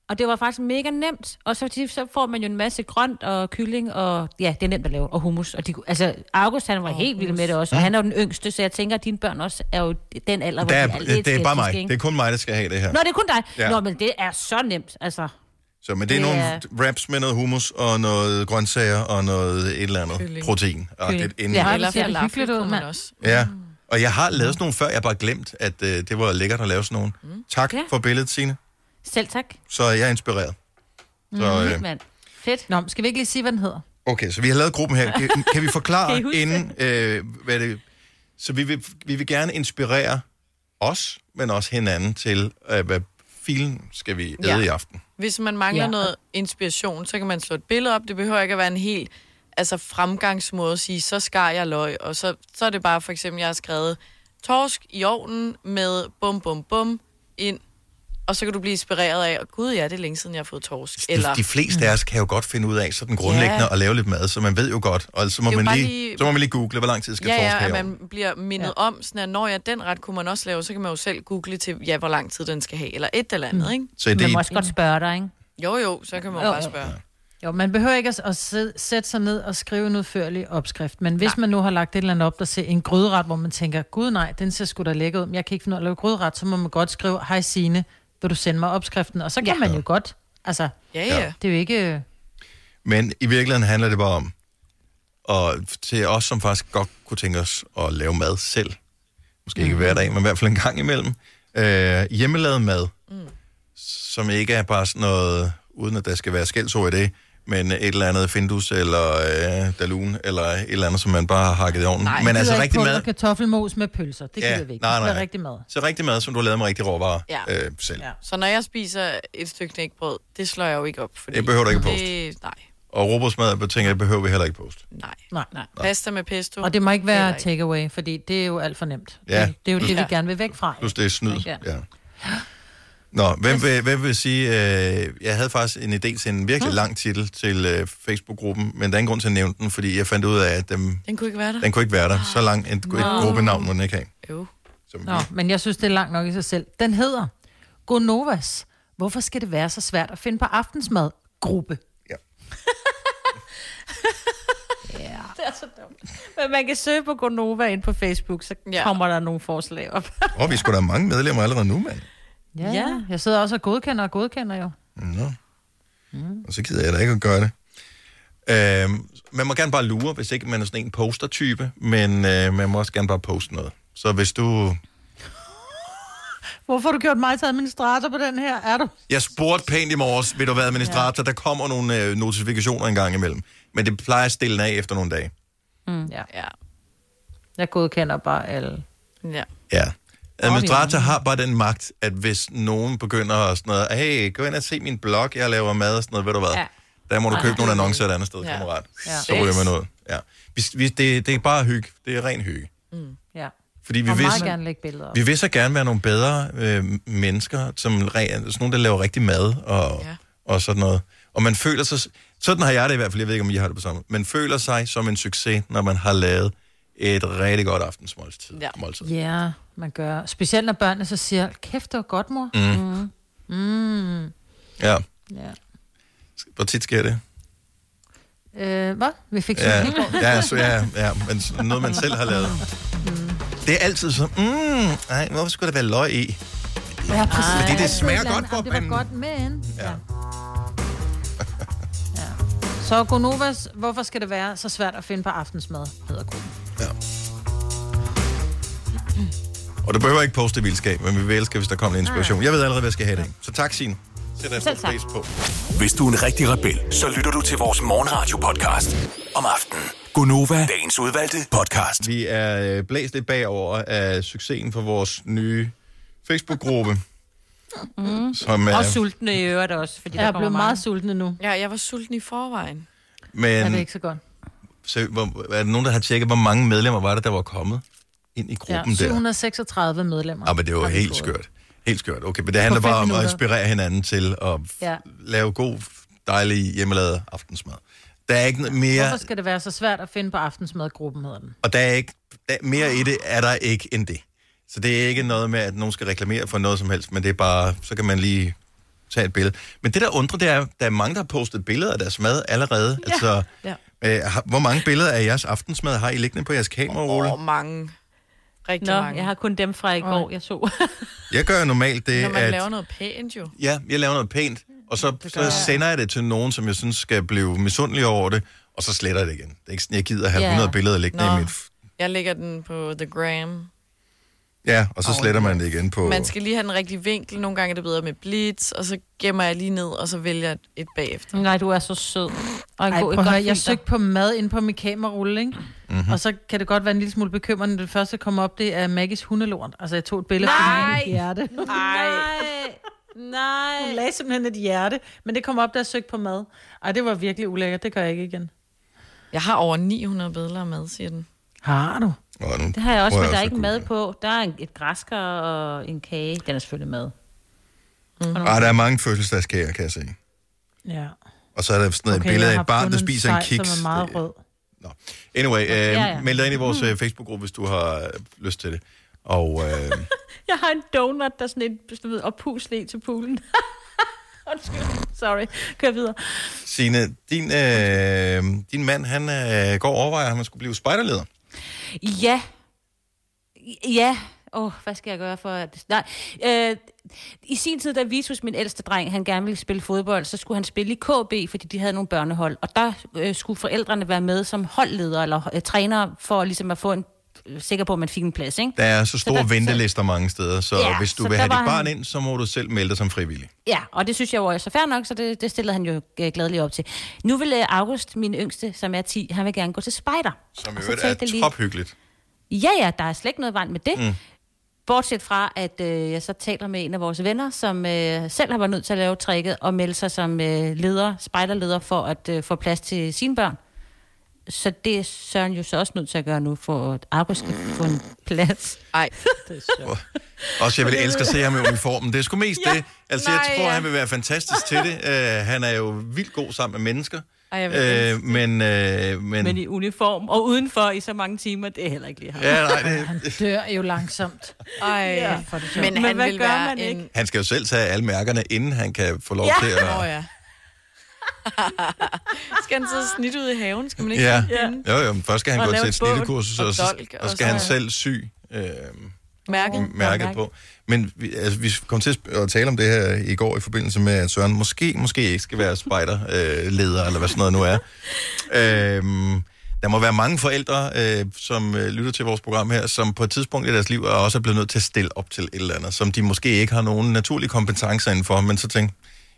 Og det var faktisk mega nemt. Og så, så får man jo en masse grønt og kylling, og ja, det er nemt at lave, og hummus. Og de, kunne- altså, August, han var oh, helt vild med det også, og Ja. han er jo den yngste, så jeg tænker, at dine børn også er jo den alder, Der, de er- det, det er skeptiske, bare mig. ikke? Det er kun mig, der skal have det her. Nå, det er kun dig. Ja. Ja. Nå, men det er så nemt, altså. Så men det er Det nogle er- wraps med noget hummus og noget grøntsager og noget et eller andet Kylling. protein. Og det inden. Ja, Ja. eller Eller ser det falafel hyggeligt ud, kunne man mand. også. ja. Og jeg har lavet sådan nogle før, jeg har bare glemt, at øh, det var lækkert at lave sådan nogle. Mm. Tak for billedet, Signe. Selv tak. Så jeg er inspireret. Så, Mhm, øh, Mm, mand. Fedt. Nå, men skal vi ikke lige sige, hvad den hedder? okay, så vi har lavet gruppen her. Kan, kan vi [laughs] forklare Kan I huske inden, øh, hvad det... Så vi vil, vi vil gerne inspirere os, men også hinanden til, øh, hvad filen skal vi æde ja. i aften. Hvis man mangler Ja. ja. noget inspiration, så kan man slå et billede op. Det behøver ikke at være en helt altså fremgangsmåde at sige, så skar jeg løg, og så, så er det bare for eksempel, jeg har skrevet torsk i ovnen med bum bum bum ind, og så kan du blive inspireret af, og gud ja, det er længe siden, jeg har fået torsk. Eller... De, de fleste af os kan jo godt finde ud af sådan grundlæggende Ja. at lave lidt mad, så man ved jo godt, og så må, Det er jo man bare lige, lige- så må man lige google, hvor lang tid skal ja, torsk ja, have at i ovnen. man bliver mindet ja. om, sådan at når jeg den ret kunne man også lave, så kan man jo selv google til, ja, hvor lang tid den skal have, eller et eller andet, ikke? Så det- Man må også godt spørge dig, ikke? Jo, jo, så kan man jo, Jo, bare jo. spørge. Jo, man behøver ikke at, at sidde, sætte sig ned og skrive en udførlig opskrift, men hvis man nu har lagt et eller andet op, der ser en gryderet, hvor man tænker, gud nej, den ser sgu da lækker ud, men jeg kan ikke finde ud af at lave gryderet, så må man godt skrive, hej Signe, vil du sende mig opskriften? Og så kan ja. man jo godt, altså, ja, ja. det er jo ikke... Men i virkeligheden handler det bare om, Og til os, som faktisk godt kunne tænke os at lave mad selv. Måske Mm. ikke hver dag, men i hvert fald en gang imellem. Øh, hjemmelavet mad, mm. som ikke er bare sådan noget, uden at der skal være skældsord i det, men et eller andet findus, eller øh, dalun, eller et eller andet, som man bare har hakket i ovnen. Nej, men altså rigtig rigtig mad. mad. kartoffelmos med pølser. Det gider vi ikke. Ah, Nej, Det nej, er nej. rigtig mad. Så rigtig mad, som du har lavet med rigtig råvarer Ja. øh, selv. Ja. Så når jeg spiser et stykke knækbrød, det slår jeg jo ikke op. Fordi Det behøver du ikke at Det, nej, Og robotsmad, jeg tænker, det behøver vi heller ikke poste. nej. Nej, nej. Pasta med pesto. Og det må ikke være Heller takeaway, fordi det er jo alt for nemt. Ja. Det, det er jo det, vi Ja. gerne vil væk fra. Plus det er snyd. Ja. Ja. ja. Nå, hvem vil, hvem vil sige, øh, jeg havde faktisk en idé til en Mm. virkelig lang titel til øh, Facebook-gruppen, men der er ingen grund til at nævne den, fordi jeg fandt ud af, at dem, Den kunne ikke være der. den kunne ikke være der. Så lang en, Nå. et gruppenavn må den [laughs] ikke have. Jo. Nå, men jeg synes, det er langt nok i sig selv. Den hedder Gonovas. Hvorfor skal det være så svært at finde på aftensmad? Gruppe. Det er så dumt. Men man kan søge på Gonova ind på Facebook, så ja. kommer der nogle forslag op. Åh, vi skulle da have mange medlemmer allerede nu, mand. [laughs] Ja, ja. jeg sidder også og godkender og godkender jo. Nå. Mm. Og så gider jeg da ikke at gøre det. Øhm, man må gerne bare lure, hvis ikke man er sådan en poster-type, men øh, man må også gerne bare poste noget. Så hvis du... Hvorfor har du gjort mig til administrator på den her? Er du? Jeg spurgte pænt i morges, vil du være administrator? Ja. Der kommer nogle øh, notifikationer en gang imellem. Men det plejer at stille af efter nogle dage. Mm. Ja. ja. Jeg godkender bare alle. Ja. Ja. Administrator har bare den magt, at hvis nogen begynder at sådan noget, hey, gå ind og se min blog, jeg laver mad og sådan noget, ved du hvad? Ja. Ja. Der må du Ej, købe det nogle er annoncer et andet sted, ja. kammerat. Ja. Ja. Så ryger man ud. Ja. Vi, vi, det, det er bare hygge. Det er ren hygge. Mm. Ja. Fordi vi og vil, meget så- gerne lægge billeder op. Vi vil så gerne være nogle bedre øh, mennesker, som re- sådan nogle, der laver rigtig mad og, ja. og sådan noget. Og man føler sig... Sådan har jeg det i hvert fald, jeg ved ikke, om I har det på samme. måde. Man føler sig som en succes, når man har lavet et rigtig godt aftensmåltid. Ja. Måltid. Ja, man gør. Specielt når børnene så siger, kæft, det var godt, mor. Mm. Mm. Mm. Ja. Ja. Hvor tit sker det? Øh, hvad? Vi fik Ja, sådan en ja, så, ja, ja, men s- noget, man selv har lavet. Mm. Det er altid så, mm, nej, hvorfor skulle der være løg i? Ja, præcis. Fordi det Altid smager et eller godt andet. for Jamen, Det var godt, men... Ja. ja. Så Gonovas, hvorfor skal det være så svært at finde på aftensmad, hedder gruppen. Og du behøver ikke poste i vildskab, men vi vil elske, hvis der kommer lidt inspiration. Jeg ved allerede, hvad jeg skal have i dag. Så tak, Signe. Sætter jeg Selv stor tak. pris på. Hvis du er en rigtig rebel, så lytter du til vores morgenradio-podcast om aftenen. Gunova, dagens udvalgte podcast. Vi er øh, blæst lidt bagover af succesen for vores nye Facebook-gruppe. Mm. Som er- Og sultne i øvrigt også, fordi Jeg der er kommer blevet mange. meget sulten nu. Ja, jeg var sulten i forvejen. Men Er det ikke så godt? så, hvor, er der nogen, der har tjekket, hvor mange medlemmer var det, der var kommet ind i Ja, gruppen der? 736 medlemmer. Ja, men det var har vi helt fået. skørt. Helt skørt. Okay, men det handler På fem bare om at minutter. inspirere hinanden til at f- Ja. lave god, dejlig hjemmelavet aftensmad. Der er ikke noget mere, Hvorfor skal det være så svært at finde på aftensmadgruppen, hedder den? og der er ikke, der, mere i det er der ikke end det. Så det er ikke noget med, at nogen skal reklamere for noget som helst, men det er bare, så kan man lige tage et billede. Men det, der undrer, det er, at der er mange, der har postet billeder af deres mad allerede. Ja. Altså, Ja. øh, har- hvor mange billeder af jeres aftensmad har I liggende på jeres kamera, Ole? Og mange. Rigtig Nå, mange. jeg har kun dem fra i går, jeg så. Jeg gør jo normalt det, Når man at... laver noget pænt jo. Ja, jeg laver noget pænt, og så, gør så jeg. sender jeg det til nogen, som jeg synes skal blive misundelig over det, og så sletter jeg det igen. Det er ikke sådan, jeg gider have Ja. 100 billeder liggende Nå. i mit... f- Jeg lægger den på The Gram. Ja, og så sletter man det igen på... Man skal lige have den rigtige vinkel. Nogle gange er det bedre med blitz, og så gemmer jeg lige ned, og så vælger jeg et bagefter. Nej, du er så sød. Og en god, Ej, prøv et at godt høre, jeg filter. søgte på mad inde på min kamerarulle, ikke? Mhm. Mm-hmm. Og så kan det godt være en lille smule bekymrende. Det første, der kommer op, det er Maggies hundelort. Altså, jeg tog et billede Nej! af mit hjerte. Nej. Nej. Hun lagde simpelthen et hjerte, men det kom op, da jeg søgte på mad. Ej, det var virkelig ulækkert. Det gør jeg ikke igen. Jeg har over 900 billeder af mad, siger den. Har du? Det har jeg også, Prøv men at der er også ikke mad på. Der er en, et græskar og en kage. Den er selvfølgelig mad. Mm. Ah, der er mange fødselsdagskager, kan jeg se. Ja. Og så er der sådan noget okay, jeg billede af har et barn, der fundet spiser en sej, kiks. Som er meget rød. Anyway, øh, ja, ja. ja. meld dig ind i vores mm. Facebook-gruppe, hvis du har øh, lyst til det. Og øh, Jeg har en donut, der er sådan et du ved, oppusle til poolen. [laughs] Undskyld. Sorry. Kør videre. Signe, din, øh, din mand, han øh, går og overvejer, at han skulle blive spejderleder. Ja. Ja. åh, oh, hvad skal jeg gøre for... At... Nej, øh, i sin tid, da Vitus, min ældste dreng, han gerne ville spille fodbold, så skulle han spille i KB, fordi de havde nogle børnehold. Og der øh, skulle forældrene være med som holdledere eller øh, trænere, for ligesom at få en øh, sikker på, at man fik en plads, ikke? Der er så store der- ventelister mange steder, så Ja, hvis du så der vil have dit var barn han- ind, så må du selv melde dig som frivillig. Ja, og det synes jeg jo også er fair nok, så det, det stillede han jo øh, gladeligt op til. Nu vil øh, August, min yngste, som er 10, han vil gerne gå til spejder. Som i Og så øvrigt tænkte jeg er lige- tophyggeligt. Ja, ja, der er slet ikke noget vand med det. Mm. Bortset fra, at øh, jeg så taler med en af vores venner, som øh, selv har været nødt til at lave tricket og melde sig som øh, leder, spejderleder, for at øh, få plads til sine børn. Så det er Søren jo så også nødt til at gøre nu, for at August skal få en plads. Nej. Også jeg vil elske at se ham i uniformen. Det er sgu mest Ja. det. Altså, jeg Nej, tror, ja. han vil være fantastisk til det. Uh, han er jo vildt god sammen med mennesker. Ej, jeg vil elske uh, men, uh, men, Men i uniform og udenfor i så mange timer, det er heller ikke lige ham. Ja, nej, det- Han dør jo langsomt. Ej, ja. ja. for det sjovt. men, men han vil være man en... han skal jo selv tage alle mærkerne, inden han kan få lov til at... Nå, ja. [laughs] skal han sidde snit ud i haven? Skal man ikke Ja. sidde inde? Jo, jo, men først skal han Og gå lave til et et bål snittekursus, og og, så- dolk, og og så skal så- han selv sy øh, Mærke. Mm, mærket på. Men vi, altså, vi kom til at sp- at tale om det her i går i forbindelse med, at Søren måske, måske ikke skal være spejderleder, [laughs] øh, leder, eller hvad sådan noget nu er. Øhm, der må være mange forældre, øh, som øh, lytter til vores program her, som på et tidspunkt i deres liv er også er blevet nødt til at stille op til et eller andet, som de måske ikke har nogen naturlige kompetencer indenfor, men så tænker,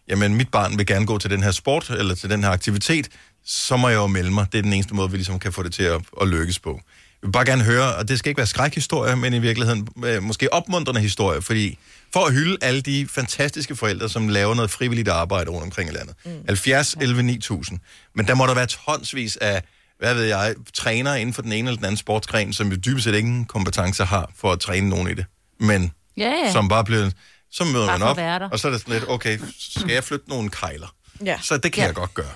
jamen mit barn vil gerne gå til den her sport, eller til den her aktivitet, så må jeg jo melde mig. Det er den eneste måde, vi ligesom kan få det til at, at lykkes på. Jeg vil bare gerne høre, og det skal ikke være skrækhistorier, men i virkeligheden øh, måske opmuntrende historier, fordi for at hylde alle de fantastiske forældre, som laver noget frivilligt arbejde rundt omkring i landet. Mm. 70, 11, 9000. Men der må der være tonsvis af, hvad ved jeg, trænere inden for den ene eller den anden sportsgren, som jo dybest set ingen kompetencer har for at træne nogen i det. Men Ja, ja. som bare bliver... Så møder Bare man for at op, være der. og så er det sådan lidt, okay, skal jeg flytte nogle kejler? Ja. Så det kan Ja. jeg godt gøre.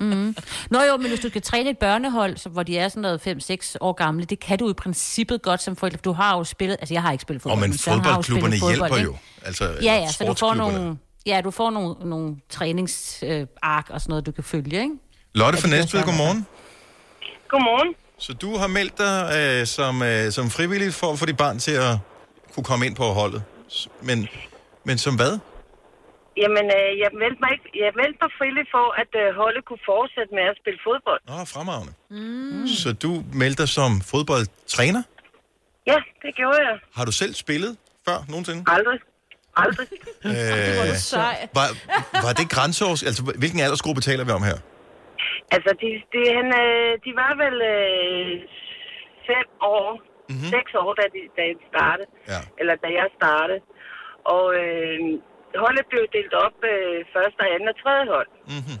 Mm. Nå jo, men hvis du skal træne et børnehold, så, hvor de er sådan noget 5-6 år gamle, det kan du i princippet godt som forældre. for Du har jo spillet, altså jeg har ikke spillet fodbold. Og men Søren har jo spillet fodboldklubberne fodbold, hjælper ikke? jo. Altså, Ja, ja, så du får sportsklubberne. nogle, ja, du får nogle, nogle træningsark øh, ark og sådan noget, du kan følge, ikke? Lotte Ja, fra det Næstved, bliver godmorgen. Godmorgen. Så du har meldt dig øh, som, øh, som frivillig for at få dit barn til at kunne komme ind på holdet. S- Men, men som hvad? Jamen, øh, jeg, meldte mig ikke, jeg meldte mig frivilligt for, at øh, holdet kunne fortsætte med at spille fodbold. Åh, oh, fremragende. Mm. Så du meldte dig som fodboldtræner? Ja, det gjorde jeg. Har du selv spillet før nogensinde? Aldrig. Aldrig. Øh, du sej. var, var det grænseårs... Altså, hvilken aldersgruppe taler vi om her? Altså, de, de, han, øh, de var vel øh, fem år, mm-hmm. seks år, da, de, da de startede. Ja. Eller da jeg startede. Og øh, holdet blev delt op øh, første, og anden og tredje hold. Mm-hmm.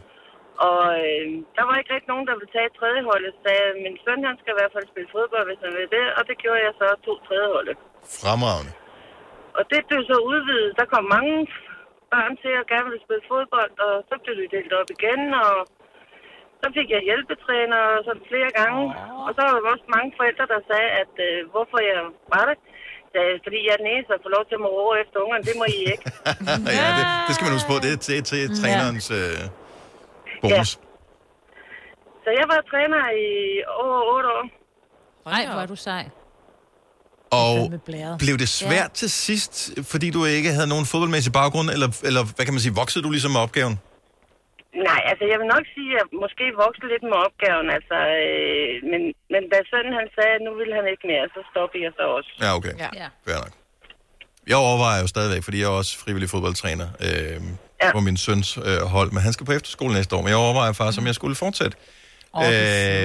Og øh, der var ikke rigtig nogen, der ville tage tredje holdet. Så sagde jeg, min søn han skal i hvert fald spille fodbold, hvis han vil det. Og det gjorde jeg så to tredje holdet. Fremragende. [laughs] Og det blev så udvidet. Der kom mange børn til at gerne ville spille fodbold, og så blev det delt op igen, og så fik jeg hjælpetræner og sådan flere gange. Og så var der også mange forældre, der sagde, at øh, hvorfor jeg var det. Sagde, jeg, fordi jeg er den eneste, der får lov til at råbe efter ungerne. Det må I ikke. ja, det, det skal man huske på. Det er til, til Ja. trænerens øh, bonus. Så jeg var træner i over otte år. Nej, hvor er du sej. Ja. Og Blæret. Blev det svært ja. til sidst, fordi du ikke havde nogen fodboldmæssig baggrund, eller, eller hvad kan man sige, voksede du ligesom med opgaven? Nej, altså jeg vil nok sige, at jeg måske voksede lidt med opgaven, altså, øh, men, men da sønnen han sagde, at nu ville han ikke mere, så stoppede jeg så også. Ja, okay. Ja. Fair nok. Jeg overvejer jo stadigvæk, fordi jeg er også frivillig fodboldtræner øh, ja. på min søns øh, hold, men han skal på efterskole næste år, men jeg overvejer faktisk, om jeg skulle fortsætte. Åh, Oh, det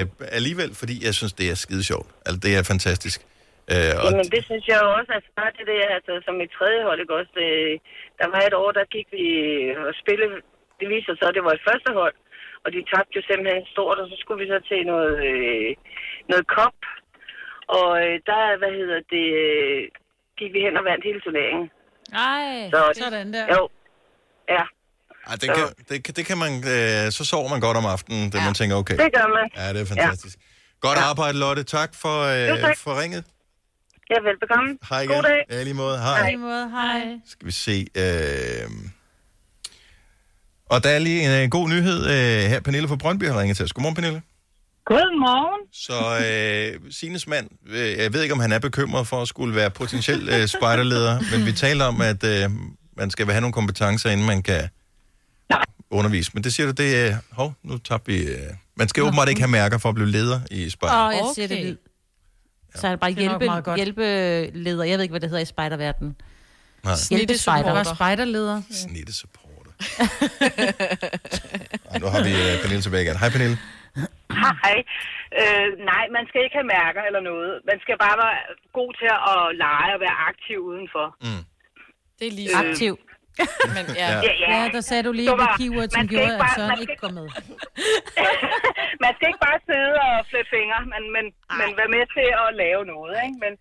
øh, alligevel, fordi jeg synes, det er skide sjovt. Altså, det er fantastisk. Øh, og, Jamen, det synes jeg jo også, altså bare det der, altså som et tredje hold, ikke også? Øh, der var et år, der gik vi og spille, det viste sig så, at det var et første hold, og de tabte jo simpelthen stort, og så skulle vi så til noget, øh, noget kop, og øh, der, hvad hedder det, øh, gik vi hen og vandt hele turneringen. Nej, sådan der. Jo, ja, ej, det, kan, det, kan- det kan man, øh, så sover man godt om aftenen, da ja. man tænker, okay. det gør man. Ja, det er fantastisk. Ja. Godt arbejde, Lotte. Tak for, Jo, øh, tak. for ringet. Ja, velbekomme. Hej igen. God dag. Ja, i lige måde. Hej. På en måde, hej. Skal vi se. Øh... Og der er lige en øh, god nyhed øh, her. Pernille fra Brøndby har ringet til os. Godmorgen, Pernille. Godmorgen. Så øh, Sines mand, øh, jeg ved ikke, om han er bekymret for at skulle være potentiel øh, spejderleder, men vi taler om, at øh, man skal have nogle kompetencer, inden man kan undervise. Men det siger du, det er... Øh, hov, nu tabte vi... Øh, man skal åbenbart ikke have mærker for at blive leder i spejder. Åh, oh, jeg ser det hvid. Så er det bare Det er nok hjælpe, meget godt. hjælpeleder. Jeg ved ikke, hvad det hedder i spejderverdenen. Nej. Hjælpespejder. spejderleder. Snitte supporter. [laughs] Ej, nu har vi øh, Pernille tilbage igen. Hej Pernille. Hej. Øh, nej, man skal ikke have mærker eller noget. Man skal bare være god til at lege og være aktiv udenfor. Mm. Det er lige Øh. så. [laughs] Aktiv. Men, ja. Ja, der sagde du lige Det et var- keyword, man som skal gjorde, ikke at bare- man Søren skal ikke kom med. man skal ikke [laughs] bare sidde og flette fingre, men, men, men være med til at lave noget. Ikke? Men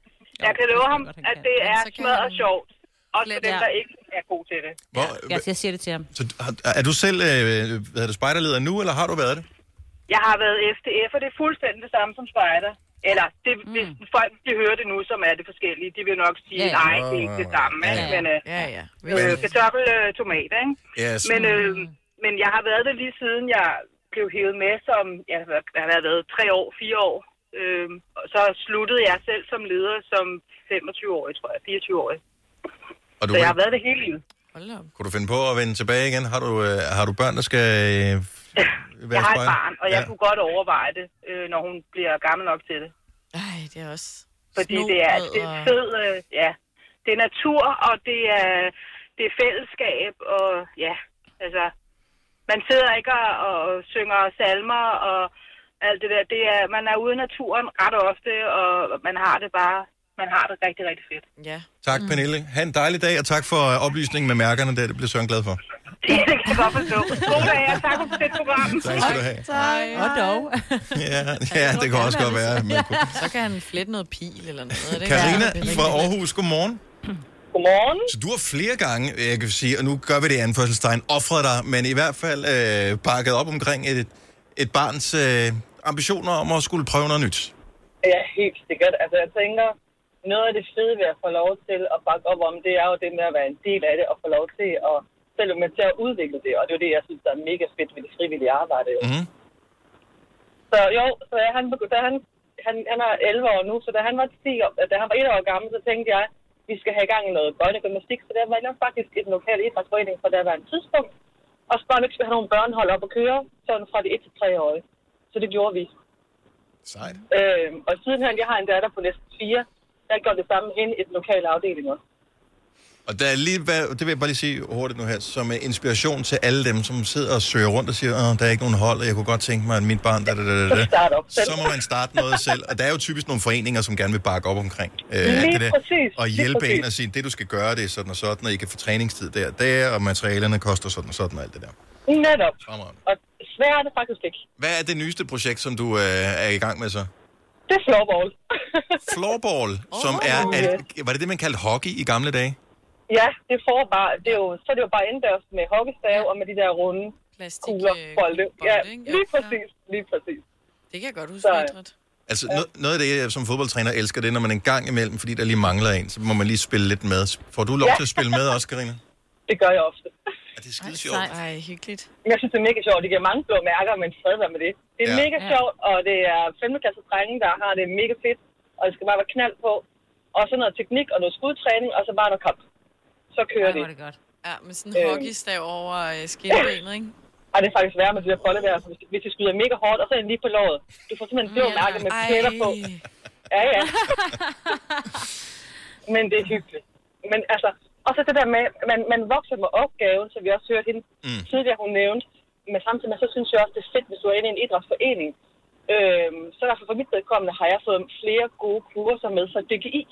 jeg kan love ham, at det er smadret og sjovt. Også for dem, Ja. der ikke er gode til det. Hvor, Jeg, jeg siger det til ham. Så har- er du selv øh, hvad hedder det, spejderleder nu, eller har du været det? Jeg har været FDF, og det er fuldstændig det samme som spejder. Eller det, mm. hvis folk de hører det nu, som er det forskellige, de vil nok sige, Ja, ja. nej, det er ikke det samme. Ja, ikke? ja. Men øh, Ja, ja. øh, kartoffel, øh, tomat, ikke? Yes. Men, øh, men jeg har været det lige siden jeg blev hævet med som, jeg har været- jeg har været ved tre år, fire år. Øh, og så sluttede jeg selv som leder som 25-årig, tror jeg, 24-årig. Og du, Så jeg har været det hele livet. kunne du finde på at vende tilbage igen? Har du, øh, har du børn, der skal øh, være Jeg har et spejder? barn, og jeg Ja. kunne godt overveje det, øh, når hun bliver gammel nok til det. Ej, det er også... Fordi det er, snobrød det er og- fed, øh, ja. Det er natur, og det er, det er fællesskab, og ja, altså, man sidder ikke og, og synger salmer og alt det der. Det er, man er ude i naturen ret ofte, og man har det bare, man har det rigtig, rigtig fedt. Ja. Tak, Pernille. Ha' en dejlig dag, og tak for øh, oplysningen med mærkerne. Der. Det bliver Søren [laughs] glad for. [laughs] Det kan jeg godt forstå. God dag, og tak for det [laughs] program. Tak skal du have. Hej. Og dog. Ja, ja det kan også godt være. Men... Så kan han flette noget pil eller noget. det Karina kan han. fra Aarhus, godmorgen. Godmorgen. Så du har flere gange, øh, jeg kan sige, og nu gør vi det i anførselstegn, offret dig, men i hvert fald øh, pakket op omkring et, et barns øh, ambitioner om at skulle prøve noget nyt. Ja, helt sikkert. Altså, jeg tænker, noget af det fede ved at få lov til at bakke op om, det er jo det med at være en del af det og få lov til at selv med til at udvikle det. Og det er jo det, jeg synes, der er mega fedt ved det frivillige arbejde. Jo. Mm. Så jo, så da han, begy- da han, han, han er 11 år nu, så da han var 10 år, da han var 1 år gammel, så tænkte jeg, vi skal have i gang i noget børnegymnastik, så der var jeg faktisk et lokal idrætsforening fra der var en tidspunkt. Og så bare vi skal have nogle børnehold op og køre, sådan fra de 1 til 3 år. Så det gjorde vi. Sejt. Øhm, og sidenhen, jeg har en datter på næsten fire, der gjorde det samme med hende i den lokale afdeling også. Og der er lige, hvad- det vil jeg bare lige sige hurtigt nu her, som øh, inspiration til alle dem, som sidder og søger rundt og siger, Åh, der er ikke nogen hold, og jeg kunne godt tænke mig, at mit barn... Da, da, da, da, da. Start op selv. Så må man starte noget selv, og der er jo typisk nogle foreninger, som gerne vil bakke op omkring øh, Lige alt det der. præcis, Og lige hjælpe præcis. en og sige, det du skal gøre, det er sådan og sådan, og I kan få træningstid der og der, og materialerne koster sådan og sådan og alt det der. Netop. Fremragende. Og svært er det faktisk ikke. Hvad er det nyeste projekt, som du øh, er i gang med [laughs] så? Det er floorball. Floorball, oh, som er, er... Var det det, man kaldte hockey i gamle dage? Ja, det får bare, det er jo, så er det jo bare indendørs med hockeystave og med de der runde kugler, øh, bolde. Ja, lige præcis, lige præcis. Det kan jeg godt huske. Så, Altså ja. noget, noget af det, jeg som fodboldtræner elsker, det er, når man en gang imellem, fordi der lige mangler en, så må man lige spille lidt med. Får du lov Ja. til at spille med også, Karina? det gør jeg ofte. Er det skide sjovt? Ej, hyggeligt. Jeg synes, det er mega sjovt. Det giver mange blå mærker, men fred være med det. Det er Ja. ja. mega Ja. sjovt, og det er 5. klasse drenge, der har det mega fedt, og det skal bare være knald på. Og så noget teknik og noget skudtræning, og så bare noget kamp. Så kører det. godt. Ja, med sådan Øh. en hockeystav over øh, skinbenet, ikke? Og det er faktisk værre med det der bolde der, for hvis- hvis det skyder mega hårdt, og så er det lige på låret. Du får simpelthen blå mærker med Ej. pletter på. Ja, ja. Men det er hyggeligt. Men altså, og så det der med, man, man vokser med opgaven, så vi også hørte hende mm. tidligere, hun nævnte. Men samtidig med, så synes jeg også, det er fedt, hvis du er inde i en idrætsforening. Øhm, så i hvert fald for mit vedkommende har jeg fået flere gode kurser med fra DGI,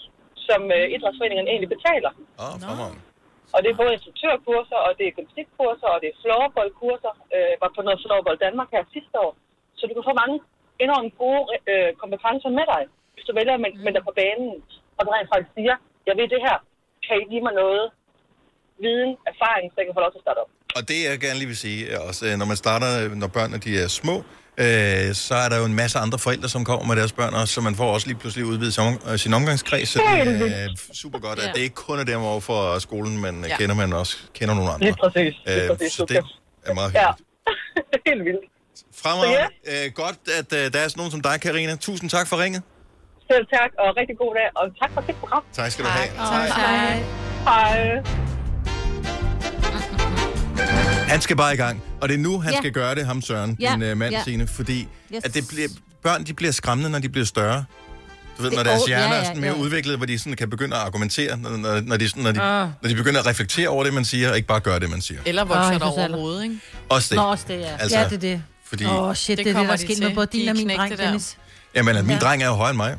som øh, idrætsforeningen egentlig betaler. Åh, oh, fremragende. Og det er både instruktørkurser, og det er gymnastikkurser, og det er floorballkurser. Øh, var på noget floorball Danmark her sidste år. Så du kan få mange enormt gode øh, kompetencer med dig, hvis du vælger at melde melde dig på banen. Og du rent faktisk siger, jeg ved det her, kan I give mig noget viden, erfaring, så jeg kan få lov til at starte op. [laughs] Og det, jeg gerne lige vil sige, er også, øh, når man starter, øh, når børnene de er små, øh, så er der jo en masse andre forældre, som kommer med deres børn også, så man får også lige pludselig udvidet sin, om- øh, sin omgangskreds. Så det er øh, super godt, at Ja. det ikke kun er dem over for skolen, øh, men ja. Ja. kender man også, kender nogle andre. Lige præcis. Lige Øh, præcis. så det er meget hyggeligt. Ja. Helt vildt. Fremragende. Øh, godt, at øh, der er sådan nogen som dig, Karina. Tusind tak for ringet. Selv tak, og rigtig god dag, og tak for fedt program. Tak skal du have. Hej. Hej. Han skal bare i gang, og det er nu, han Ja. skal gøre det, ham Søren, Ja. ja. din øh, mand, Ja. ja. Signe, fordi Yes. yes. at det bliver, børn de bliver skræmmende, når de bliver større. Du ved, Det- når deres åh, hjerner ja, ja, ja, er sådan mere jo. udviklet, hvor de sådan kan begynde at argumentere, når, når, når, de, sådan, når, de, Ah. når de begynder at reflektere over det, man siger, og ikke bare gøre det, man siger. Eller Åh, vokser jeg der forstår over hovedet, ikke? Også det. Nå, også det, ja. Altså, ja, det er det. fordi- Åh, oh, shit, det, Det det er det, der kommer er de sket til. med både De din er og min knægte dreng, der. Dennis. Jamen, at min Ja. ja. dreng er jo højere end mig.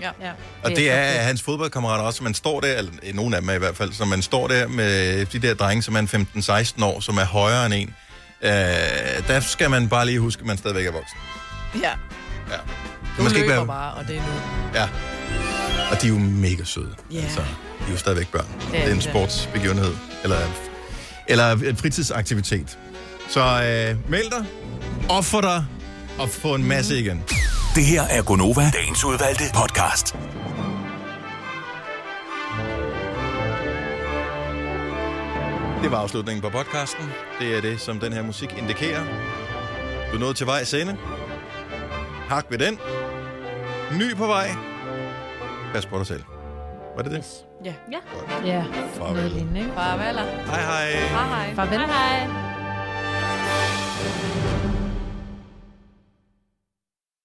Ja. ja. Og det er hans fodboldkammerater også, man står der, eller øh, nogle af dem er i hvert fald, så man står der med de der drenge, som er en 15-16 år, som er højere end en. Øh, der skal man bare lige huske, at man stadigvæk er voksen. Ja. Ja. Du Man skal løber ikke være... være- bare, og det er nu. Ja. Og de er jo mega søde. Ja. Altså, de er jo stadigvæk børn. Ja, Det er en det er. sportsbegivenhed, eller, eller en fritidsaktivitet. Så øh, meld dig, offer dig, og få en masse igen. Det her er Gonova, dagens udvalgte podcast. Det var afslutningen på podcasten. Det er det, som den her musik indikerer. Du er nået til vej sende. Hak ved den. Ny på vej. Pas på dig selv. Var det det? Ja. Ja. Ja. Farvel. Farvel. Hej hej. Hej hej. Farvel. Hej hej.